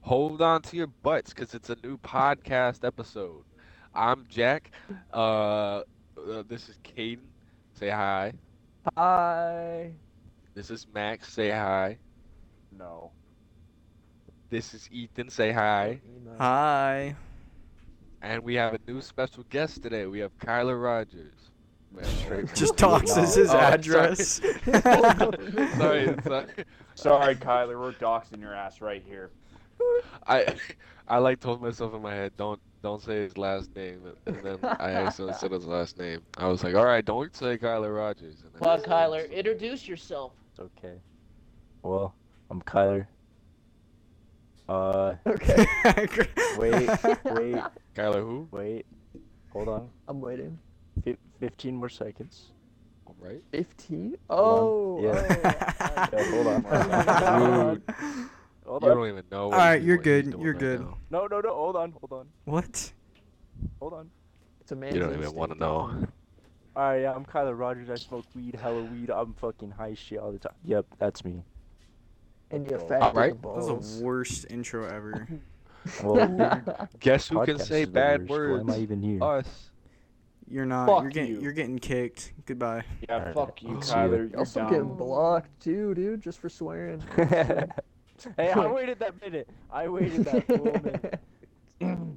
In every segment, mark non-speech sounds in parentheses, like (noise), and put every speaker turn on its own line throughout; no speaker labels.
hold on to your butts because it's a new podcast episode. I'm Jack. Uh, uh, this is Caden. Say hi.
Hi.
This is Max. Say hi.
No.
This is Ethan. Say hi.
Hi.
And we have a new special guest today. We have Kyler Rogers. Man,
(laughs)
straight from-
Just talks as his
Oh, sorry.
address.
sorry, sorry.
Sorry, Kyler, we're doxing your ass right here.
I I like told myself in my head, don't don't say his last name, and then I accidentally said his last name. I was like, all right, don't say Kyler Rogers. And then
Well,
I said
Kyler,
his-
introduce yourself.
Okay. Well, I'm Kyler. Uh,
Okay,
(laughs)
(laughs)
wait, wait,
Kyler who?
wait. Hold on.
I'm waiting.
Fif 15 more seconds.
All right.
15? Oh,
Hold
(laughs)
on.
yeah.
Yeah, hold on.
Dude,
Hold
you
on.
don't even know.
All
he's-
right, you're
what he's
good,
doing
you're
right
good.
now.
No, no, no. Hold on. Hold on.
what?
Hold on.
it's amazing.
You don't even want to know.
All right. Yeah, I'm Kyler Rogers. I smoke weed, hella weed. I'm fucking high as shit all the time. Yep, that's me.
And you
All
affected
right.
the
That was
balls.
the worst intro ever.
(laughs)
Well,
(laughs) Guess who can
podcast
say
is the
bad
worst.
words?
Why am I
Uh,
even here?
Us.
You're not.
Fuck
you're getting.
you.
are getting kicked. Goodbye.
Yeah,
Alright,
fuck you,
let's see
Kyler,
it.
You're also getting blocked too, dude, just for swearing.
(laughs) hey,
(laughs)
I waited that minute. I waited that full minute. (laughs)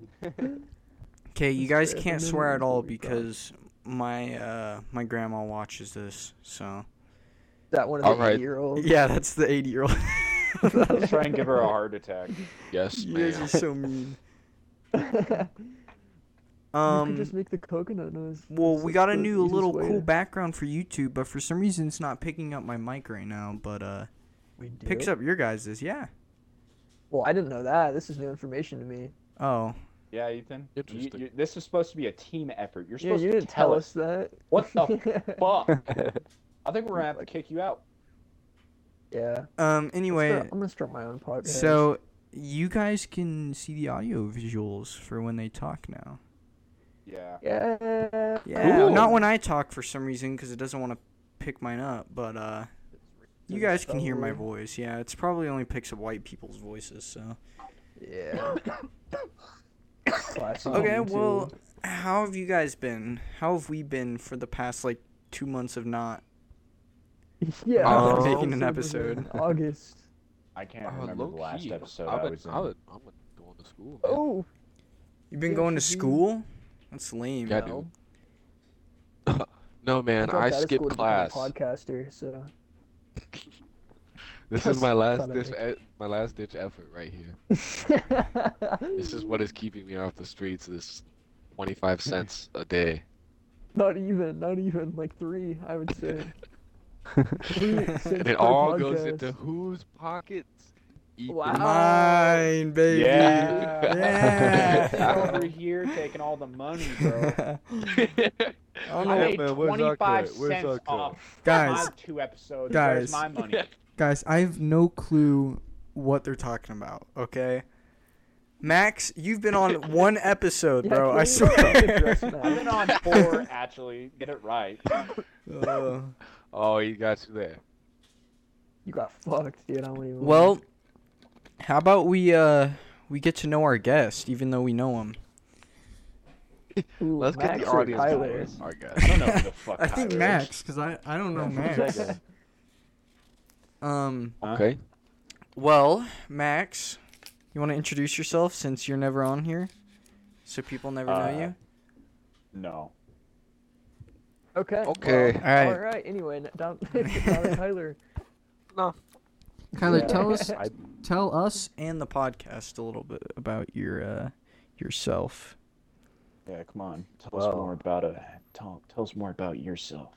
Okay, you
That's
guys
fair.
can't
No, no,
swear at
no, we
all
don't.
because my uh my grandma watches this. So
(laughs) that one of the
Alright.
year
(laughs)
old.
yeah, that's the 80 (laughs) year old.
Let's try and give
(laughs)
her a heart attack.
Yes,
you guys
ma'am.
are so mean.
(laughs) you
Um.
could just make the coconut noise.
Well,
It's
we
like
got a
the
new
easiest
little
way
cool
to-
background for YouTube, but for some reason it's not picking up my mic right now. But uh,
We do?
picks up your guys's, yeah.
Well, I didn't know that. This is new information to me.
Oh,
Yeah, Ethan. You-
Interesting.
you- this is supposed to be a team effort. You're
Yeah,
supposed
you
to
didn't
tell,
tell
us.
us that.
What
(laughs)
the fuck? I think we're gonna have to kick you out.
Yeah.
um.
Sure,
Anyway,
I'm gonna start my own podcast.
so you guys can see the audio visuals for when they talk now.
Yeah.
yeah,
Yeah.
Cool.
Not when I talk for some reason because it doesn't want to pick mine up. But uh, you guys can hear my
Probably.
voice. Yeah, it's probably only picks up white people's voices. So
Yeah. Classic
okay.
YouTube.
Well, how have you guys been? How have we been for the past like two months of not?
yeah,
I'm
that's
making
what
an
was in
episode.
(laughs) August.
I can't
Oh,
remember the
low
last
key,
episode
I've
I
been,
was in.
I've
(laughs)
been, I've been going to school. Man.
Oh,
You've been
Yeah,
going to
we-
school? That's lame.
Yeah,
no.
dude. no, man,
dropped
I
out of
skipped
school to become a
class.
Podcaster, so
This is my
That's
last
funny.
ditch, e- my last ditch effort right here. This is what is keeping me off the streets. This twenty-five cents a day.
(laughs) not even, not even like three, I would say.
(laughs)
Three cents
And
per
it all goes into
podcast.
whose pockets? E Ethan. (laughs)
Wow.
Mine, baby.
(laughs)
Yeah. (laughs)
Yeah.
Ethan over here taking all the money,
(laughs)
bro.
Oh,
I
no.
made
man, where's our
twenty-five
cut? Where's our
cents
cut?
(laughs)
off my
Guys.
two episodes.
Guys.
Where's my money?
(laughs)
Guys, I have no clue what they're talking about, okay? Max, you've
(laughs)
been on one episode,
Yeah,
bro. I
can we not
(laughs)
address
swear.
that?
I've been on four actually. Get it
(laughs)
right.
Uh,
Oh, he got you there.
You got fucked, dude. I don't even.
well, how about we uh we get to know our guest, even though we know him.
Ooh,
Let's get
Max
the
or
audience.
Tyler.
voice. Our guy.
I don't know who the fuck.
(laughs) I think
Tyler is.
Max, because I
(laughs)
I don't know Max. Um,
Huh?
Okay.
well, Max, you want to introduce yourself since you're never on here, so people never
Uh,
know you.
No.
Okay.
Okay.
well,
All right.
All right. Anyway, n- (laughs) down, down Tyler.
Kyler,
Yeah.
(laughs)
tell us
I-
tell us and the podcast a little bit about your uh yourself.
Yeah, come on. Tell us
Well-
more about it. Tell, tell us more about yourself.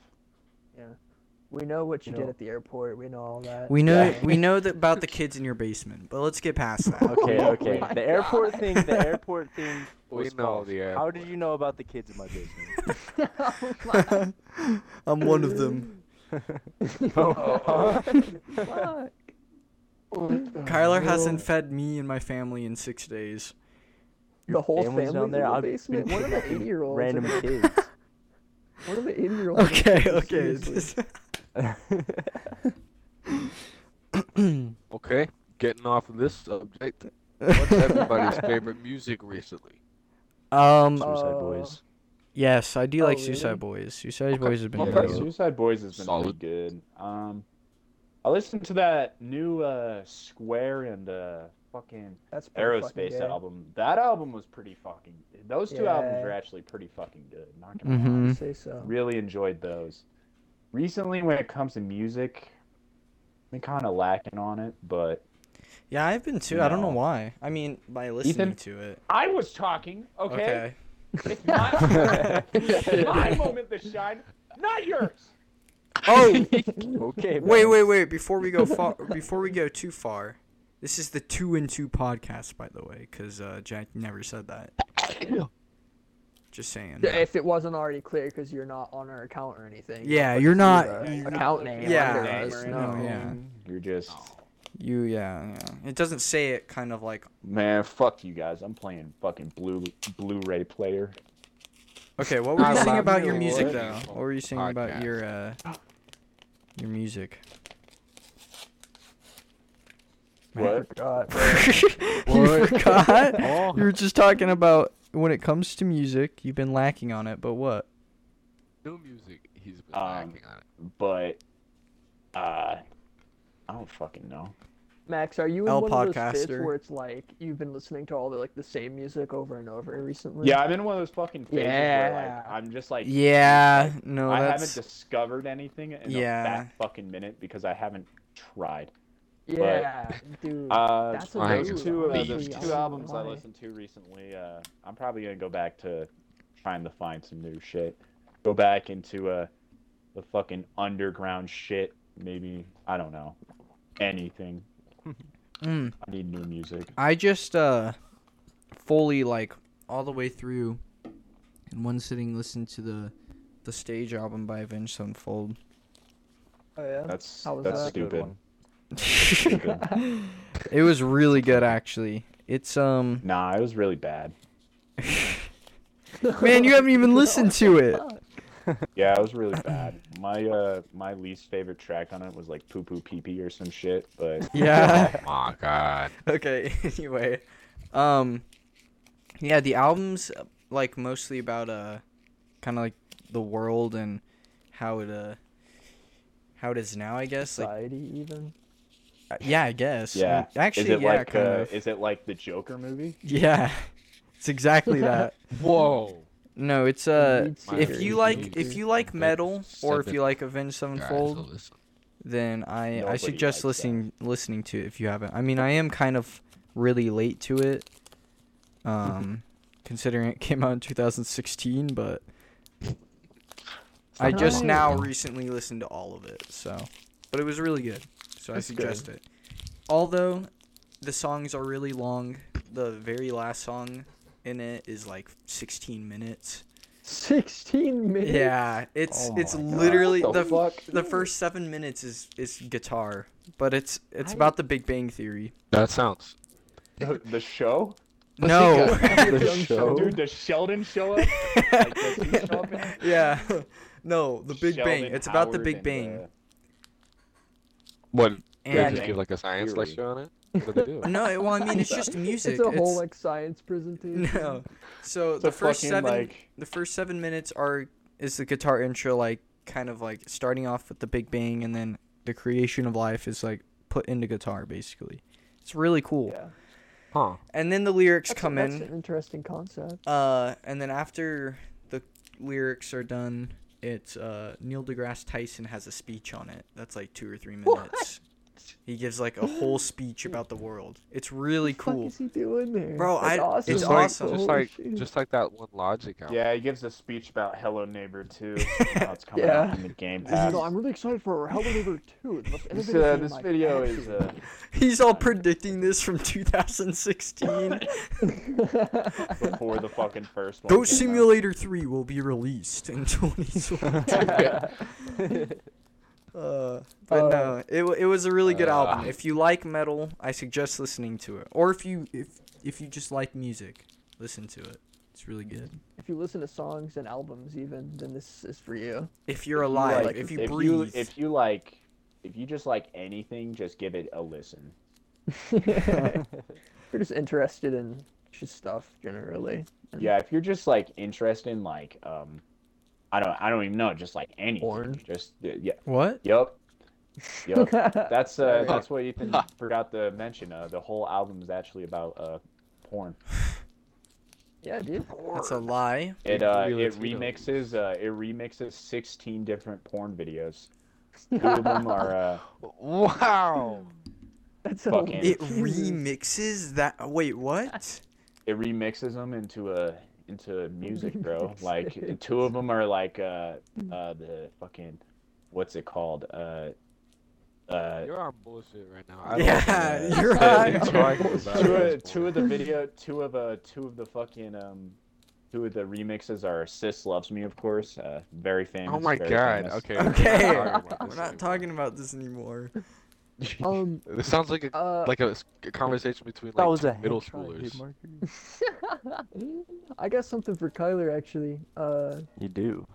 We know what you,
You
did
know-
at the airport. We know all that. (laughs)
We know
Yeah.
we know that about the kids in your basement, but let's get past that.
Okay,
Oh
okay.
my
The airport
God.
thing, the airport thing.
We
was
know
false.
the
How did
airport.
you know about the kids in my basement? (laughs)
(laughs)
Oh my
I'm one of them.
(laughs)
Oh,
(laughs)
fuck.
Kyler hasn't fed me and my family in six days.
The whole
Family's
family
down
in
there.
the
I've been
basement. One of
(laughs)
the
fucking
eight-year-olds. (laughs)
Random
One
(laughs) kids.
of the eight-year-olds.
(laughs) Okay, okay.
Okay. Getting off of this subject. What's everybody's favorite music recently?
Um.
Suicide
Uh,
Boys.
Yes, I do
Oh,
like
really?
Suicide Boys. Suicide
Okay.
Boys has been
Yeah,
Okay,
that
really
was-
good.
Suicide Boys has been
Solid.
pretty good. Um, I listened to that new uh, Square and uh, fucking
That's pretty fucking
Aerospace
gay.
album. That album was pretty fucking. Those two albums
Yeah.
are actually pretty fucking good. Not gonna lie.
Mhm.
I'd say so.
Really enjoyed those. Recently, when it comes to music, been kind of lacking on it, but
Yeah, I've been too. I don't know
No.
why. I mean, by listening to it.
I was talking. Okay,
Okay.
it's my, it's (laughs) my moment to shine, not yours.
Oh,
(laughs) Okay.
wait,
man.
wait, wait! Before we go far, before we go too far, this is the two and two podcast, by the way, because uh, Jack never said that. Just saying.
Yeah, If it wasn't already clear, because you're not on our account or anything.
Yeah,
Let's
you're
see
not-
the
you're not
account name.
Yeah,
under
yeah,
us,
it's-
no.
no, yeah.
You're just
You, yeah, yeah. It doesn't say it, kind of like.
man. Fuck you guys. I'm playing fucking blue Blu-ray player.
(laughs)
Okay, what were
I
you saying
love
about
you,
your music
Lord.
though? What were you saying about
Podcast.
your uh, your music? (laughs)
What?
God,
you
What?
forgot?
(laughs) Oh.
You were just talking about when it comes to music, you've been lacking on it, but what?
New music. He's been
Um,
lacking on it.
But uh, I don't fucking know.
Max, are you in
El
one of those fits
Podcaster.
where it's like you've been listening to all the like the same music over and over recently?
Yeah, I've been in one of those fucking phases where
Yeah.
like I'm just like
Yeah, no,
I
that's.
haven't discovered anything in
Yeah.
a fat fucking minute because I haven't tried.
Yeah, dude.
Uh,
That's
what
those
those
two, uh,
are.
those
Beast.
two albums I
Why?
listened to recently. Uh, I'm probably gonna go back to trying to find some new shit. Go back into uh, the fucking underground shit. Maybe I don't know anything.
Mm.
I need new music.
I just uh fully like all the way through in one sitting listened to the the stage album by Avenged Sevenfold. (laughs)
oh, yeah.
That's
How was
that's
that?
Good
stupid.
one.
it was really good actually. It's um
(laughs) Nah, it was really bad.
man, you haven't even listened to it.
Yeah, it was really bad. My uh, my least favorite track on it was like poo poo pee pee or some shit. But
Yeah.
Oh my god.
(laughs) okay, anyway. Um yeah, the albums uh, like mostly about uh kind of like the world and how it uh how it is now, I guess. Like
Society even.
yeah, I guess.
yeah,
Actually,
is it
yeah,
like
kind
uh,
of.
is it like the Joker movie? (laughs)
Yeah, (laughs) it's exactly that.
Whoa.
No, it's uh,
Lead
My
if
singer
you
is
like
lead
if
singer.
you like metal or if you
Seven
like Avenged
guys will
Sevenfold,
listen.
then I I
Nobody
suggest
likes that.
listening listening to it if you haven't. I mean, I am kind of really late to it, um,
(laughs)
considering it came out in 2016, but I
not
just
old.
now recently listened to all of it, so but it was really good, so I
That's good.
suggest it. Although the songs are really long, the very last song in it is like 16 minutes.
(laughs) Sixteen minutes.
Yeah, it's
Oh
it's
my God.
literally
What
the
the
the,
fuck?
first seven minutes is is guitar, but it's it's
I-
about the Big Bang Theory.
That sounds.
The, the show?
(laughs) No,
The show.
Dude, does Sheldon show up? Like, does he (laughs) show up in it?
(laughs) yeah, no, the Big Bang.
Sheldon
It's about the
Howard and,
Big
uh,
Bang.
What? They
And
just give like a science
Theory.
lecture on it.
(laughs)
What do they do?
no, it- well, I mean, it's
(laughs)
just music.
It's a whole
it's-
like science presentation.
(laughs) no. So
It's
the
a
first
fucking,
seven,
like-
the first seven minutes are is the guitar intro, like kind of like starting off with the Big Bang, and then the creation of life is like put into guitar, basically. It's really cool.
Yeah.
Huh.
And then the lyrics
That's,
come
that's
in.
an interesting concept.
Uh, and then after the lyrics are done, it's uh, Neil deGrasse Tyson has a speech on it. That's like two or three minutes. He gives like a whole speech about the world. It's really
What
cool.
the fuck is he doing there?
Bro,
That's
I-
awesome.
it's
just like,
awesome.
Just
Holy
like,
shit.
just like that one Logic album.
Yeah, he gives a speech about Hello Neighbor 2. Now it's coming
Yeah.
out in the Game
You
Pass.
know, I'm really excited for Hell Over 2. It's the most
This,
innovative
uh,
game
this
I've
video
ever
is
seen.
uh,
(laughs) He's all predicting this from 2016.
uh, before the fucking first one.
(laughs) Ghost
came out.
Simulator 3 will be released in 2020. uh, but
Uh,
no, it, wa- it was a really good album.
uh,
If you like metal, I suggest listening to it. Or if you if if you just like music, listen to it. It's really good.
if you listen to songs and albums, even, then this is for
(laughs)
you. (laughs)
If you're
If you
alive,
like-
if you
if You,
breathe.
if you like, if you just like anything, just give it a listen.
you're just interested in just stuff generally.
Yeah, if you're just like interested in like um, I don't I don't even know, just like anything.
Porn?
Just yeah,
What?
yep, yep. (laughs)
That's
That's uh, that's what Ethan forgot to mention. Uh, the whole album is actually about uh, porn.
yeah, dude.
That's a lie.
It uh,
Really
it
Latino.
remixes uh, it remixes 16 different porn videos. Two of them are uh,
(laughs) Wow.
That's a
fucking-
It
Jesus.
remixes that. Wait, what?
it remixes them into a into music, bro. Like
Remixes.
two of them are like uh, uh, the fucking what's it called? Uh, uh,
You're on bullshit right now. I
(laughs)
Yeah, (laughs)
don't
you're
know what
on
you're talking
two,
about
of,
at this
two of
point.
the video, two of uh, two of the fucking um, two of the remixes are "Sis Loves Me," of course. Uh, very famous.
Oh my
very
god.
famous.
Okay.
Okay,
We're
(laughs)
not talking about
we're
this
not
anymore.
talking about this anymore.
Um.
This sounds like a
Uh.
like a, s- a conversation between like
that was
two
a
middle
hand try, dude,
schoolers.
Marker.
I got something for Kyler actually. Uh.
You do.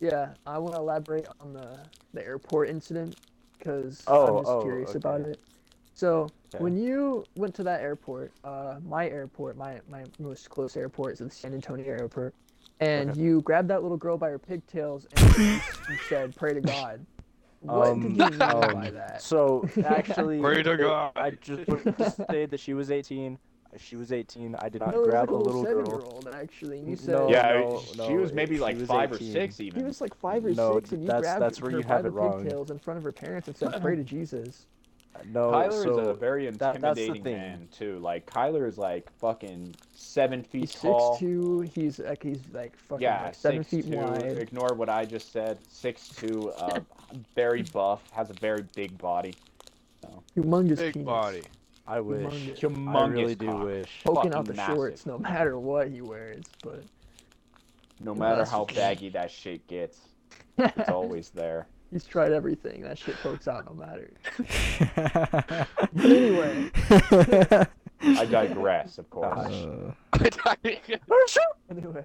Yeah, I want to elaborate on the the airport incident because
Oh,
I'm just
oh,
curious about
okay.
it. So
Okay.
when you went to that airport, uh, my airport, my my most close airport is the San Antonio airport, and you grabbed that little girl by her pigtails and
(laughs)
you said, "Pray to God." What
Um,
did you mean by
um,
that?
So
(laughs)
actually,
Pray to
it-
God.
I just would just say that she was 18. She was 18. I did not
No, it was
grab
like a little
girl.
seven-year-old actually. And you
N-
said
no,
yeah,
no,
she
Oh, no,
was maybe
she
like
was
five
18.
or six
he
even.
was like five or
No,
six, and you
that's-
grabbed
that's where
her
you
by
have
the
it wrong.
pigtails in front of her parents and said,
(laughs)
"Pray to Jesus."
No,
Kyler
Oh, so
is a very
that- that's the
intimidating
thing.
man too. Like Kyler is like fucking seven feet
He's six
tall.
two. He's like he's like fucking
yeah,
like seven
six
feet
two.
wide.
Ignore what I just said. Six two, uh, very buff, has a very big body.
Humongous
Big (laughs)
penis.
body.
I wish.
Humongous.
I
Humongous
really do
cock.
(laughs) wish.
Poking out
fucking
the
massive.
shorts, no matter what he wears. But (laughs)
No matter
that's
how
okay.
baggy that shit gets, it's always there.
(laughs) he's tried everything. That shit pokes out, no matter. (laughs) But
(laughs)
anyway,
I digress, of course.
Gosh.
Uh,
anyway,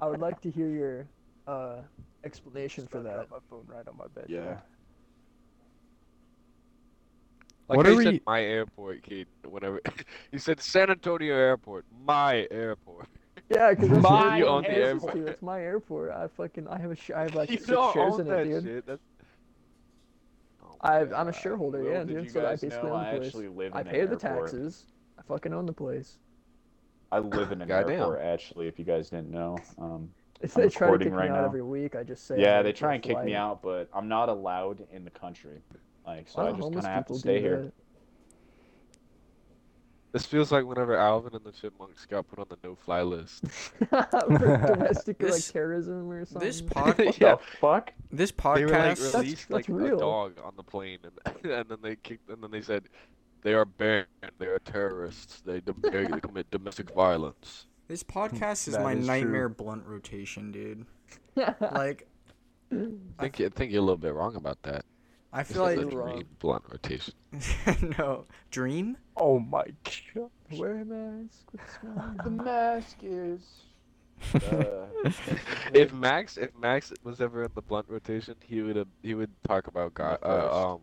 I would like to hear your uh, explanation for that.
My phone right on my bed.
Yeah.
Like
What
how
are
you
we-
said my airport, kid. (laughs) Whenever you said San Antonio Airport, my airport.
Yeah, because that's
My
my
own
airport.
airport.
That's my airport. I fucking I have a sh- I have
(laughs)
like
you
six
don't
shares
own
in
that
it, dude.
shit. That's... Oh my
I, I'm a
God.
shareholder,
Little
yeah,
did
dude.
you
so I
guys
basically
know
own
I
the place.
actually live
I
in an
pay the
airport.
taxes. I fucking own the place.
I live in an
Goddamn.
airport, actually. If you guys didn't know, um,
If
I'm
they try to
recording
kick
right
me out
now.
every week, I just say.
yeah,
I'm
they try and
against
kick me
life.
out, but I'm not allowed in the country. Like, so
Why do
I just
"Oh, homeless
kind of have to
people do
stay here.
that?
This feels like whenever Alvin and the Chipmunks got put on the no-fly list.
(laughs)
(laughs)
For domestic like
This-
terrorism or something. (laughs)
this pod,
yeah,
The fuck?
this
they were like
podcast,
released
that's
like
real.
a dog on the plane, and, (laughs) and then they kicked, and then they said they are banned. They are terrorists. They, dom- they commit domestic violence.
this podcast is
That
my
is true.
nightmare blunt rotation, dude. Like,
I think I think you're a little bit wrong about that.
I
This (laughs)
feel
is
like (laughs)
a
you're wrong.
dream blunt rotation.
no dream.
Oh my god.
Wear a mask. with
(laughs)
smile.
The mask is.
(laughs) If Max, if Max was ever in the blunt rotation, he would have, he would talk about God.
first.
Uh, um,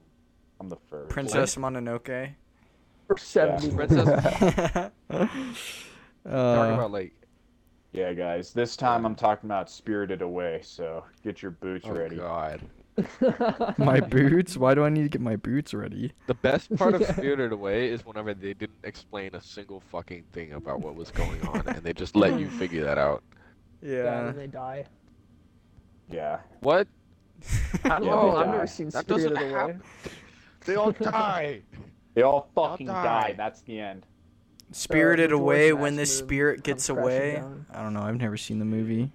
I'm the first.
Princess Mononoke.
For seventy. (laughs)
Princess, talk
Uh,
about like
Yeah, guys. This time I'm talking about Spirited Away, so get your boots
oh
ready.
God.
(laughs) my boots? Why do I need to get my boots ready?
The best part of
Yeah.
Spirited Away is whenever they didn't explain a single fucking thing about what was going on, and they just let (laughs) you figure that out.
yeah,
Yeah.
and they die.
Yeah.
What?
(laughs) Oh,
they
I've
die.
never seen
That
Spirited
doesn't
Away.
happen. They all die.
They all fucking
die.
die. That's the end.
(laughs) Spirited
the
Away
George
when the
Mass movie
spirit
comes
gets
crashing
away. (laughs)
down.
I don't know. I've never seen the movie.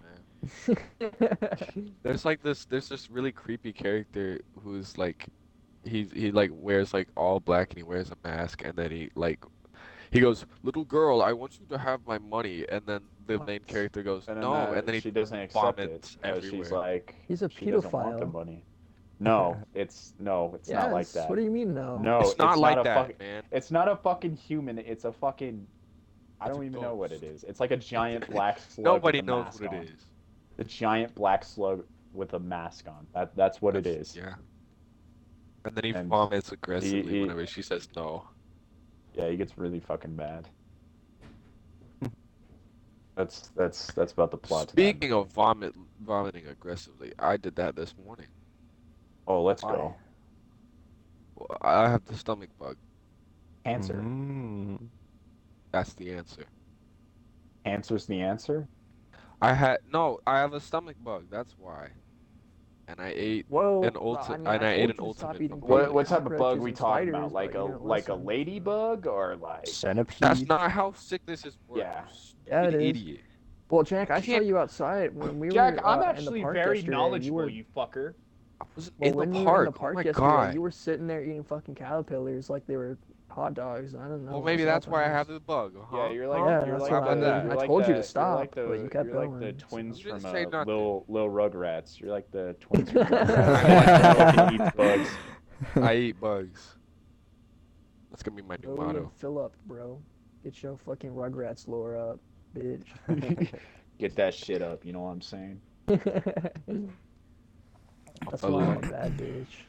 There's like this. There's this really creepy character who's like, he he like wears like all black and he wears a mask and then he like, he goes, little girl, I want you to have my money, and then the main character goes,
And then
no,
uh,
and then he
she doesn't accept it.
vomits
so She's
everywhere.
like,
He's a
she doesn't want the
pedophile.
money.
(laughs)
No, it's no, it's not like
Yes,
that.
What do you mean no?
No,
it's not like
a
that,
fucking-
man.
It's not a fucking human. It's a fucking. I
It's
don't
a
even know what it
ghost.
is. It's like a giant
(laughs)
black slug.
Nobody
with a
knows
mask
what
on.
it is.
The giant black slug with a mask on. That that's what it
That's-
is.
Yeah. And then he
And
vomits aggressively
he-
whenever she says no.
Yeah, he gets really
(laughs)
fucking mad. that's that's that's about the plot. to that.
Speaking of vomit, vomiting aggressively, I did that this morning.
oh, let's
Why?
go.
Well, I have the stomach bug.
Cancer.
Mm-hmm.
Mm.
That's the answer.
Cancer's the answer.
I had no. I have a stomach bug. That's why. And I ate
Whoa.
an ulti-
Oh, I mean,
and I,
I
ate an
told you to stop
ultimate.
eating
bug.
What-
What
Yeah,
what type of
cockroaches
bug we
and
talking
spiders,
about?
but
Like
you
a
don't
like a
listen.
ladybug or like
Centipede.
That's not how sickness is worked.
Yeah.
you
Yeah, it
stupid
is.
idiot.
Well, Jack, I saw
Jack-
you outside when we
Jack,
were.
I'm
uh, in
actually
the park
very
yesterday, and You
knowledgeable,
were,
you fucker.
I was
well,
in,
when
the
you were
park.
in the park
Oh my
yesterday,
god.
you were sitting there eating fucking caterpillars like they were hot dogs. I don't know.
Well,
what
maybe
was
that's
up
why I
with
have
this.
the bug. Huh?
Yeah, you're like
Yeah,
you're
that's
like
what I-
the-
I
you're
told
like
you to
the- you're
stop,
like the,
but you kept
you're like the
going, so-
twins
You didn't
from uh,
say nothing.
Lil Lil Rugrats. You're like the
(laughs)
twins from Rugrats. Like the fucking eats bugs.
(laughs) I eat bugs. That's gonna be my new
Go eat
motto.
and fill up, bro. Get your fucking Rugrats lore up,
(laughs)
bitch. (laughs)
Get that shit up. You know what I'm saying?
that's why I'm a bad bitch. (laughs)
(laughs)
So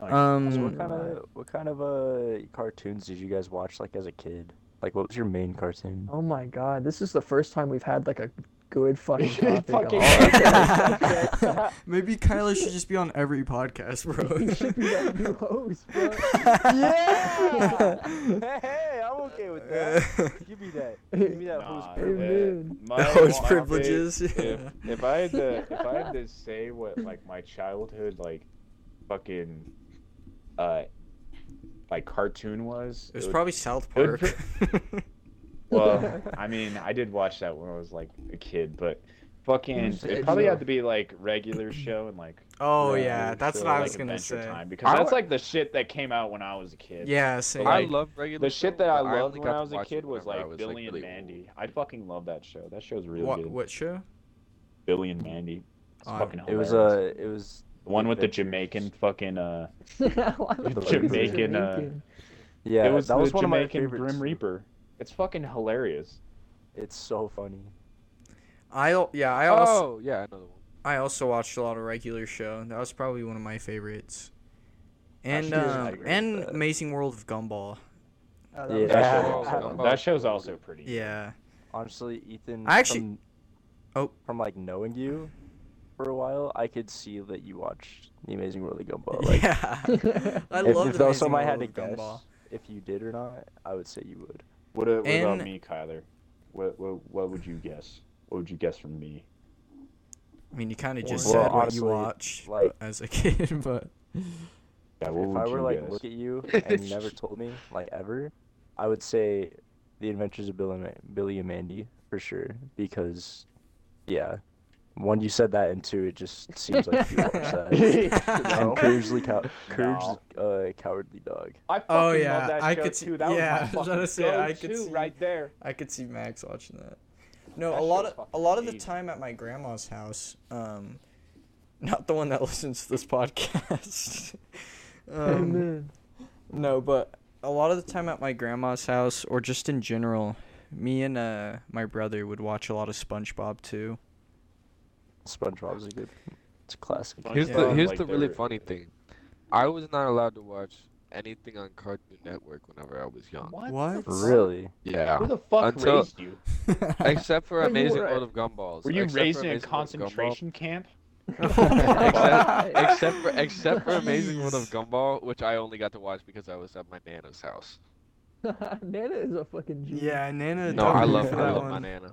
Um,
what kind of what kind of uh cartoons did you guys watch like as a kid? Like what was your main cartoon?
Oh my god, this is the first time we've had like a good fucking topic. on
(laughs) Fucking-
all-
(laughs)
(laughs)
(laughs) Maybe Kyla should just be on every podcast,
(laughs) You should be
(laughs)
that new host, bro. (laughs)
yeah. (laughs) hey, hey, I'm okay
(laughs)
with that. Give me (laughs) that. Give me that
Nah,
host
yeah.
privilege.
Amen.
My
Those
topic-
privileges.
If, if I had to, if I had to say what like my childhood like, fucking, uh, like cartoon was,
It was
would-
probably South
Good
Park. (laughs)
Well, I mean, I did watch that when I was like a kid, but fucking,
said
it probably
no.
had to be like regular show and like.
oh
regular
yeah, that's
show,
what I
like,
was gonna
Adventure
say.
Time, because
I
that's
wa-
like the shit that came out when I was a kid.
Yeah, same.
I
like,
love regular.
The shit
shows,
that I
but
loved
only
when
got
I
to
was a
watch it
kid was
whenever I
like Billy
like,
and
really
Mandy.
old.
I fucking love that show. That show's really
what
good.
what show?
Billy and Mandy. It's
Oh,
fucking
It was
hilarious.
uh it was
The one with the
Adventures.
Jamaican fucking uh
Why the fuck is it
Jamaican, uh,
Jamaican? (laughs)
yeah,
it was
that
the
was one of my
Jamaican
favorites.
Grim Reaper. It's fucking hilarious.
It's so funny.
I al- yeah, I also
Oh yeah, another one.
I also watched a lot of regular show. That was probably one of my favorites. And
Actually, I
um,
agree with
and
that.
Amazing World of Gumball.
Oh, that
Yeah.
was-
(laughs)
That,
Yeah.
show,
(laughs)
Oh,
that show's also pretty.
Yeah.
Honestly, Ethan
I actually-
from,
Oh.
from like knowing you for a while, I could see that you watched The Amazing World of
(laughs)
Gumball. Like (laughs)
yeah. I
if,
love
if that was
Amazing
something I had
World
to
of
guess
Gumball.
if you did or not, I would say you would.
What, a- what
And-
about me, Kyler? What, what what would you guess? What would you guess from me?
I mean, you kind of just
Well,
said what
honestly,
you watched
like-
as a kid, but
Yeah, what
if
would
I were
you
like (laughs)
guess?
look at you and you never told me like ever, I would say The Adventures of Billy and, Ma- Billy and Mandy for sure because yeah, one you said that and two it just seems like you
(laughs)
watched that.
No.
And courageously cow- courage,
No.
uh, cowardly dog.
I fucking
Oh, yeah,
love that
I
show
could see-
too. That
yeah, I was
was my
gonna
fucking
say, I could
go-to
see-
right there.
I could see Max watching that. No,
That
a lot
show's
of a
fucking
lot of the
amazing.
time at my grandma's house, um, not the one that (laughs) listens to this podcast. (laughs) um,
Amen.
no, but a lot of the time at my grandma's house, or just in general, me and uh my brother would watch a lot of SpongeBob too.
(laughs)
(laughs)
SpongeBob's a good, it's a classic.
Fun-
Here's
Yeah.
the
Um,
here's
like
the really
they're-
funny thing. I was not allowed to watch anything on Cartoon Network whenever I was young.
What?
What?
the fuck?
Really?
Yeah.
Who the fuck
Until-
raised you?
(laughs) Except for
Wait, you
Amazing
were-
World of Gumballs.
Were you
Except for
raised in a
Amazing World of Gumball.
concentration camp?
except, except for except for Amazing World of
Jeez.
Gumball, which I only got to watch because I was at my nana's house.
Nana is a fucking genius.
yeah, Nana.
No,
dug
I
me
love
for
I
that
love my
one.
nana.
Um,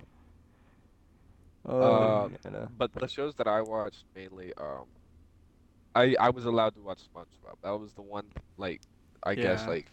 Oh.
Uh,
Yeah, no.
But the shows that I watched mainly, um, I I was allowed to watch SpongeBob. That was the one like I guess
Yeah.
like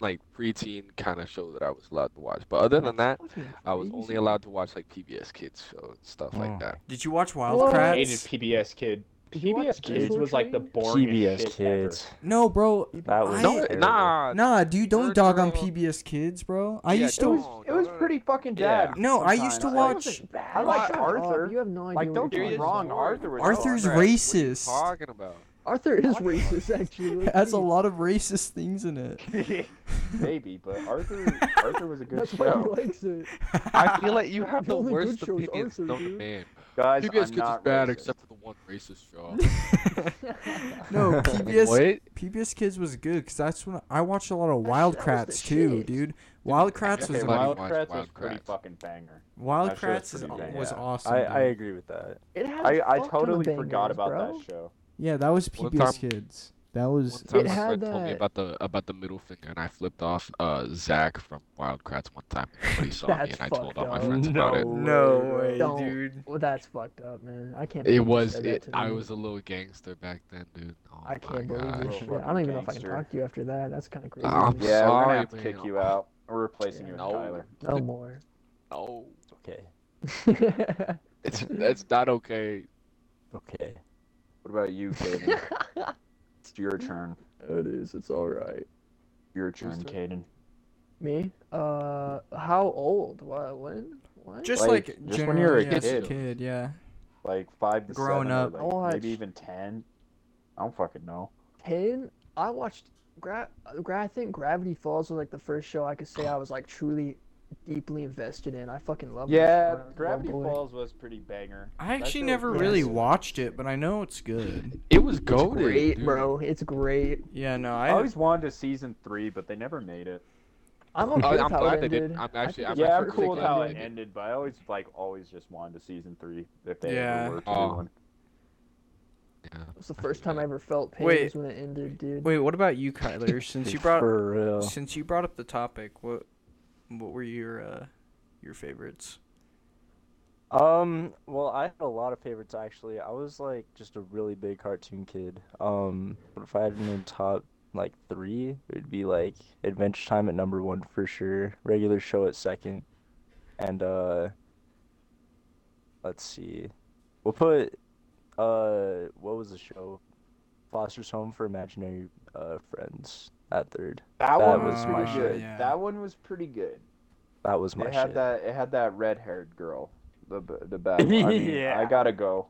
like preteen kind of show that I was allowed to watch. But other than that,
Fucking
I was
crazy.
only allowed to watch like PBS Kids show and stuff like
Oh.
that.
Did you watch Wild
What?
I hated
Kratts?
PBS Kid. PBS Kids
Disney
was like the
Channel?
boringest
CBS
shit ever.
Kids.
No, bro.
That was
I-
No,
terrible.
nah,
Nah, dude, don't
Third
dog on
Girl.
PBS Kids, bro. I
Yeah,
used
It
to.
don't-
was it was pretty fucking
Yeah.
bad.
No, I used
sometimes.
to
That
watch-
wasn't bad.
I liked
Shut up,
Arthur.
You have no idea.
Like,
what
don't
you're
get me
talking
wrong,
about.
Arthur was
Arthur's
Crap, what are you
racist.
talking about?
Arthur is racist, actually.
Has a lot of racist things in it.
Maybe, but (laughs) Arthur Arthur was a good
That's why he
show.
likes it.
(laughs) I feel like you have
The
the
only good
worst
show is
opinions
Arthur,
known to
dude.
man.
Guys,
PBS
I'm
Kids is
not
bad
racist.
except for the one racist show.
no, PBS
Wait,
PBS Kids was good because that's when I watched a lot of
That shit was the
Wildcrats too,
shit.
dude. Wildcrats
Okay,
was
Okay,
a-
like,
Wild-
Wildcrats was
Wildcrats.
pretty fucking banger. that shit
Wildcrats
was
is,
pretty bad,
was
yeah.
awesome.
I, I
dude.
agree with that.
(laughs) It had
I,
a
I
fuck ton of
totally forgot
bangers,
about
bro.
that show.
Yeah, that was
One
PBS
time-
Kids. That was
one time
It
my friend
had uh,
told me
that-
about the about the middle finger, and I flipped off uh Zach from Wildcrats one time. But he saw me,
That's
and I told
fucked
all my
up.
friends about it.
no way,
Don't.
dude.
Well, that's fucked up, man. I can't. believe
It
you
was.
said that
It,
to
I
me.
was a little gangster back then, dude. Oh
I can't
my
believe
gosh.
this
gosh.
shit.
Little
I don't even know if I
fucking
can
gangster.
talk to you after that. That's kind of crazy.
I'm
Yeah,
yeah.
we're
sorry,
gonna
have to kick
man.
you out. We're
Yeah.
replacing you with
No.
Tyler.
No more. (laughs)
No,
Okay.
it's that's not okay.
Okay.
What about you,
(laughs)
Caden? it's your turn.
it is. It's all right.
Your turn, Caden.
Me? Uh, how old? What? When? What?
Just
Like,
like,
just when you were a
generally as
kid.
kid, yeah.
Like five to
Growing
seven,
up.
or,
I
like,
watched-
maybe even ten. I don't fucking know.
ten. I watched. Gra- Gra- I think Gravity Falls was like the first show I could say I was like truly, deeply invested in. I fucking love.
Yeah, Gravity Falls was pretty banger.
I actually
That show
never
was
really
awesome.
watched it, but I know it's good.
It was
It's
goaded,
great,
dude.
bro. It's great.
Yeah, no,
I
I
always wanted a season three, but they never made it.
I'm
I-
okay with
Oh, I'm
how
glad
it
they didn't.
ended.
I'm
I
actually-
think
I'm
it's
Yeah, I'm
actually
perfectly
cool with how it
ended.
ended, but I always like always just wanted a season three if they
Yeah.
ever were to do
Oh.
one.
Yeah.
It was the first time I ever felt pain
Wait.
was when it ended,
(laughs)
dude.
Wait, what about you, Kyler? Since you brought
For real.
since you brought up the topic, what what were your uh your favorites?
Um, well, I had a lot of favorites actually. I was like just a really big cartoon kid. Um, but if I had to name top like three, it would be like Adventure Time at number one for sure, Regular Show at second, and uh, let's see, we'll put uh, what was the show? Foster's Home for Imaginary uh, Friends at third.
That,
That
one was
was
pretty
my
good.
shit. Uh, Yeah.
That one was pretty good.
That was my
it had
shit.
that. It had that red-haired girl. The b- the bad. One. I mean,
Yeah.
I gotta go.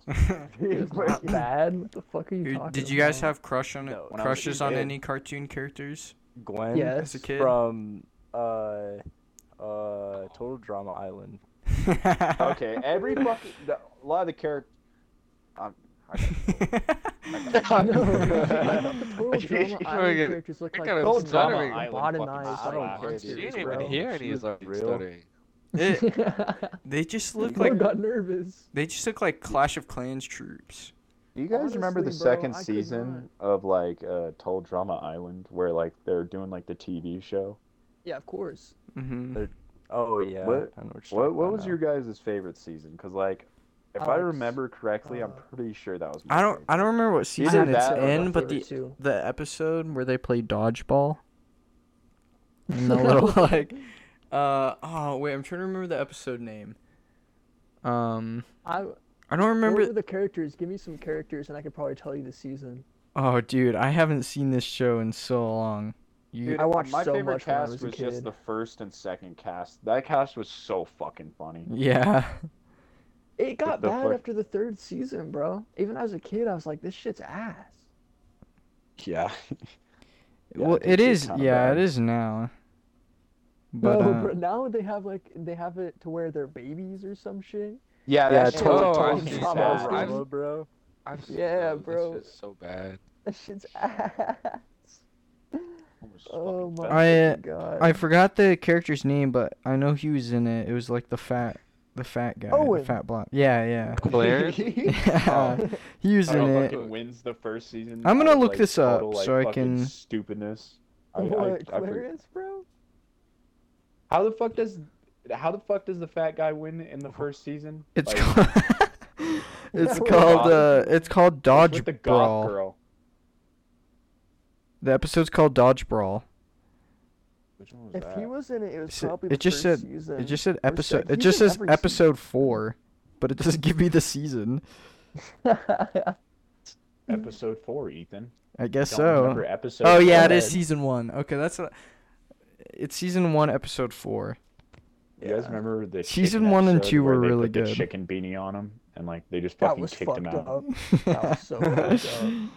It was not bad. What the fuck are you
Who-
talking
Did you guys
about?
have crush on it?
No,
when I was a
crushes on
kid.
any cartoon characters
Gwen
Yes.
as a kid? (laughs)
from uh, uh, Total Drama Island.
Okay, every fucking the, a lot of the characters. Um,
(laughs) I thought the total drama
I
island
get-
characters looked
I
like
got a (laughs)
total
stuttering
drama
island
botanized
fucking
I don't
don't care,
want
characters,
to.
dude.
You didn't
bro.
even
(laughs)
hear any of
Real.
that stuttering.
It-
(laughs)
they just look
People
like
got nervous.
they just look like Clash of Clans troops.
Do you guys remember the
Honestly, bro,
second
I could
season of like uh, Toll Drama Island, where like they're doing like the TV show?
Yeah, of course.
hmm
Oh yeah.
What-
I know what, you're
What
talking
What
about
was
now.
your guys' favorite season? Because like, if I
Alex,
remember correctly, I'm
uh,
pretty sure that was. My
I don't I don't remember what season it's
that or
in,
the
but the
Favorite two.
the episode where they play dodgeball and the little (laughs) like uh oh wait i'm trying to remember the episode name um
I what
i don't
were
remember
the characters? Give me some characters, and I could probably tell you the season.
oh dude i haven't seen this show in so long you
Dude,
I watched
my
so
favorite
much when I
cast
was a
just
kid.
the first and second cast. That cast was so fucking funny.
(laughs) yeah
It got
the
bad
fuck?
after the third season, bro. Even as a kid, I was like, this shit's ass.
Yeah. Yeah,
well
it
it
did get
is
kinda
yeah
bad.
it is now but,
no,
uh,
but now they have like they have it to where they're babies or some shit.
Yeah,
Yeah,
that shit
Total
(laughs)
was
Drama
fucking
Island.
sad.
I've-
Drama, bro?
I've seen
Yeah,
those. That
bro.
shit's so bad.
That shit's ass. Oh my
I, uh,
fucking god.
(laughs) i forgot the character's name but i know he was in it it was like the fat the fat guy
Owen.
the fat block
(laughs)
yeah
(laughs)
yeah (laughs)
Clarence?
Yeah, he was in
Kyle
it
Oh. fucking wins the first season.
I'm gonna
out of,
look
like,
this up
total, like,
so I
fucking
can-
Stupidness.
(laughs)
I, I-
what,
I forg-
Clarence, bro?
how the fuck does how the fuck does the fat guy win in the first season?
It's
Like,
called. (laughs) it's
No.
called. Uh, it's called
it's
Dodge
with the goth
Brawl.
girl.
The episode's called Dodge Brawl.
Which one was
If he was in it, it was
It's-
probably
it
the
just
first
said-
season.
It just said
Or so-
episode. It
he's
just
in
says
every
episode four, but it doesn't (laughs) give me the season.
(laughs)
episode four, Ethan.
I guess
Don't
so.
remember episode.
Oh yeah, it
four.
is season one. Okay, that's. A, it's season one, episode four.
You guys remember the
Season
chicken
one and
episode
two
where
were
they
really
put The
good.
chicken beanie on him, and like they just
That
fucking
was
kicked
fucked
him out.
up. That was so fucked up.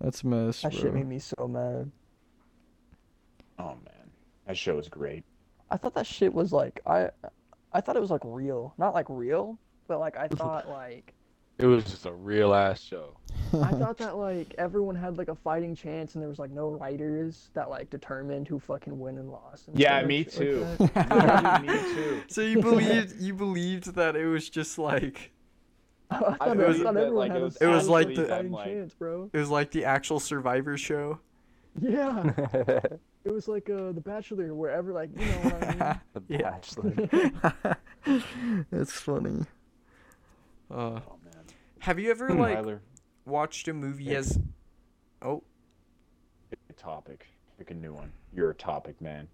That's a mess.
That shit
bro.
made me so mad.
Oh man, that show
(laughs)
was great.
I thought that shit was like I, I thought it was like real, not like real, but like I thought like
It was just a real ass show.
I thought that like everyone had like a fighting chance and there was like no writers that like determined who fucking win and lost. and
Yeah,
shit
me
like
too.
that.
Literally, me too.
So you believed you believed that it was just like
(laughs) I thought, I
believe
thought
that,
everyone
like, it
had a
was
solid
It was like the-
fighting
them, like-
chance, bro.
it was like the actual Survivor show.
Yeah, it was like uh, The Bachelor, wherever like you know what I mean.
the
Yeah.
Bachelor.
(laughs)
That's funny. Uh,
Oh man.
have you ever like
Hmm. Tyler,
watched a movie
Yeah. (laughs)
as? Oh,
pick a topic. Pick a new one. You're a topic man.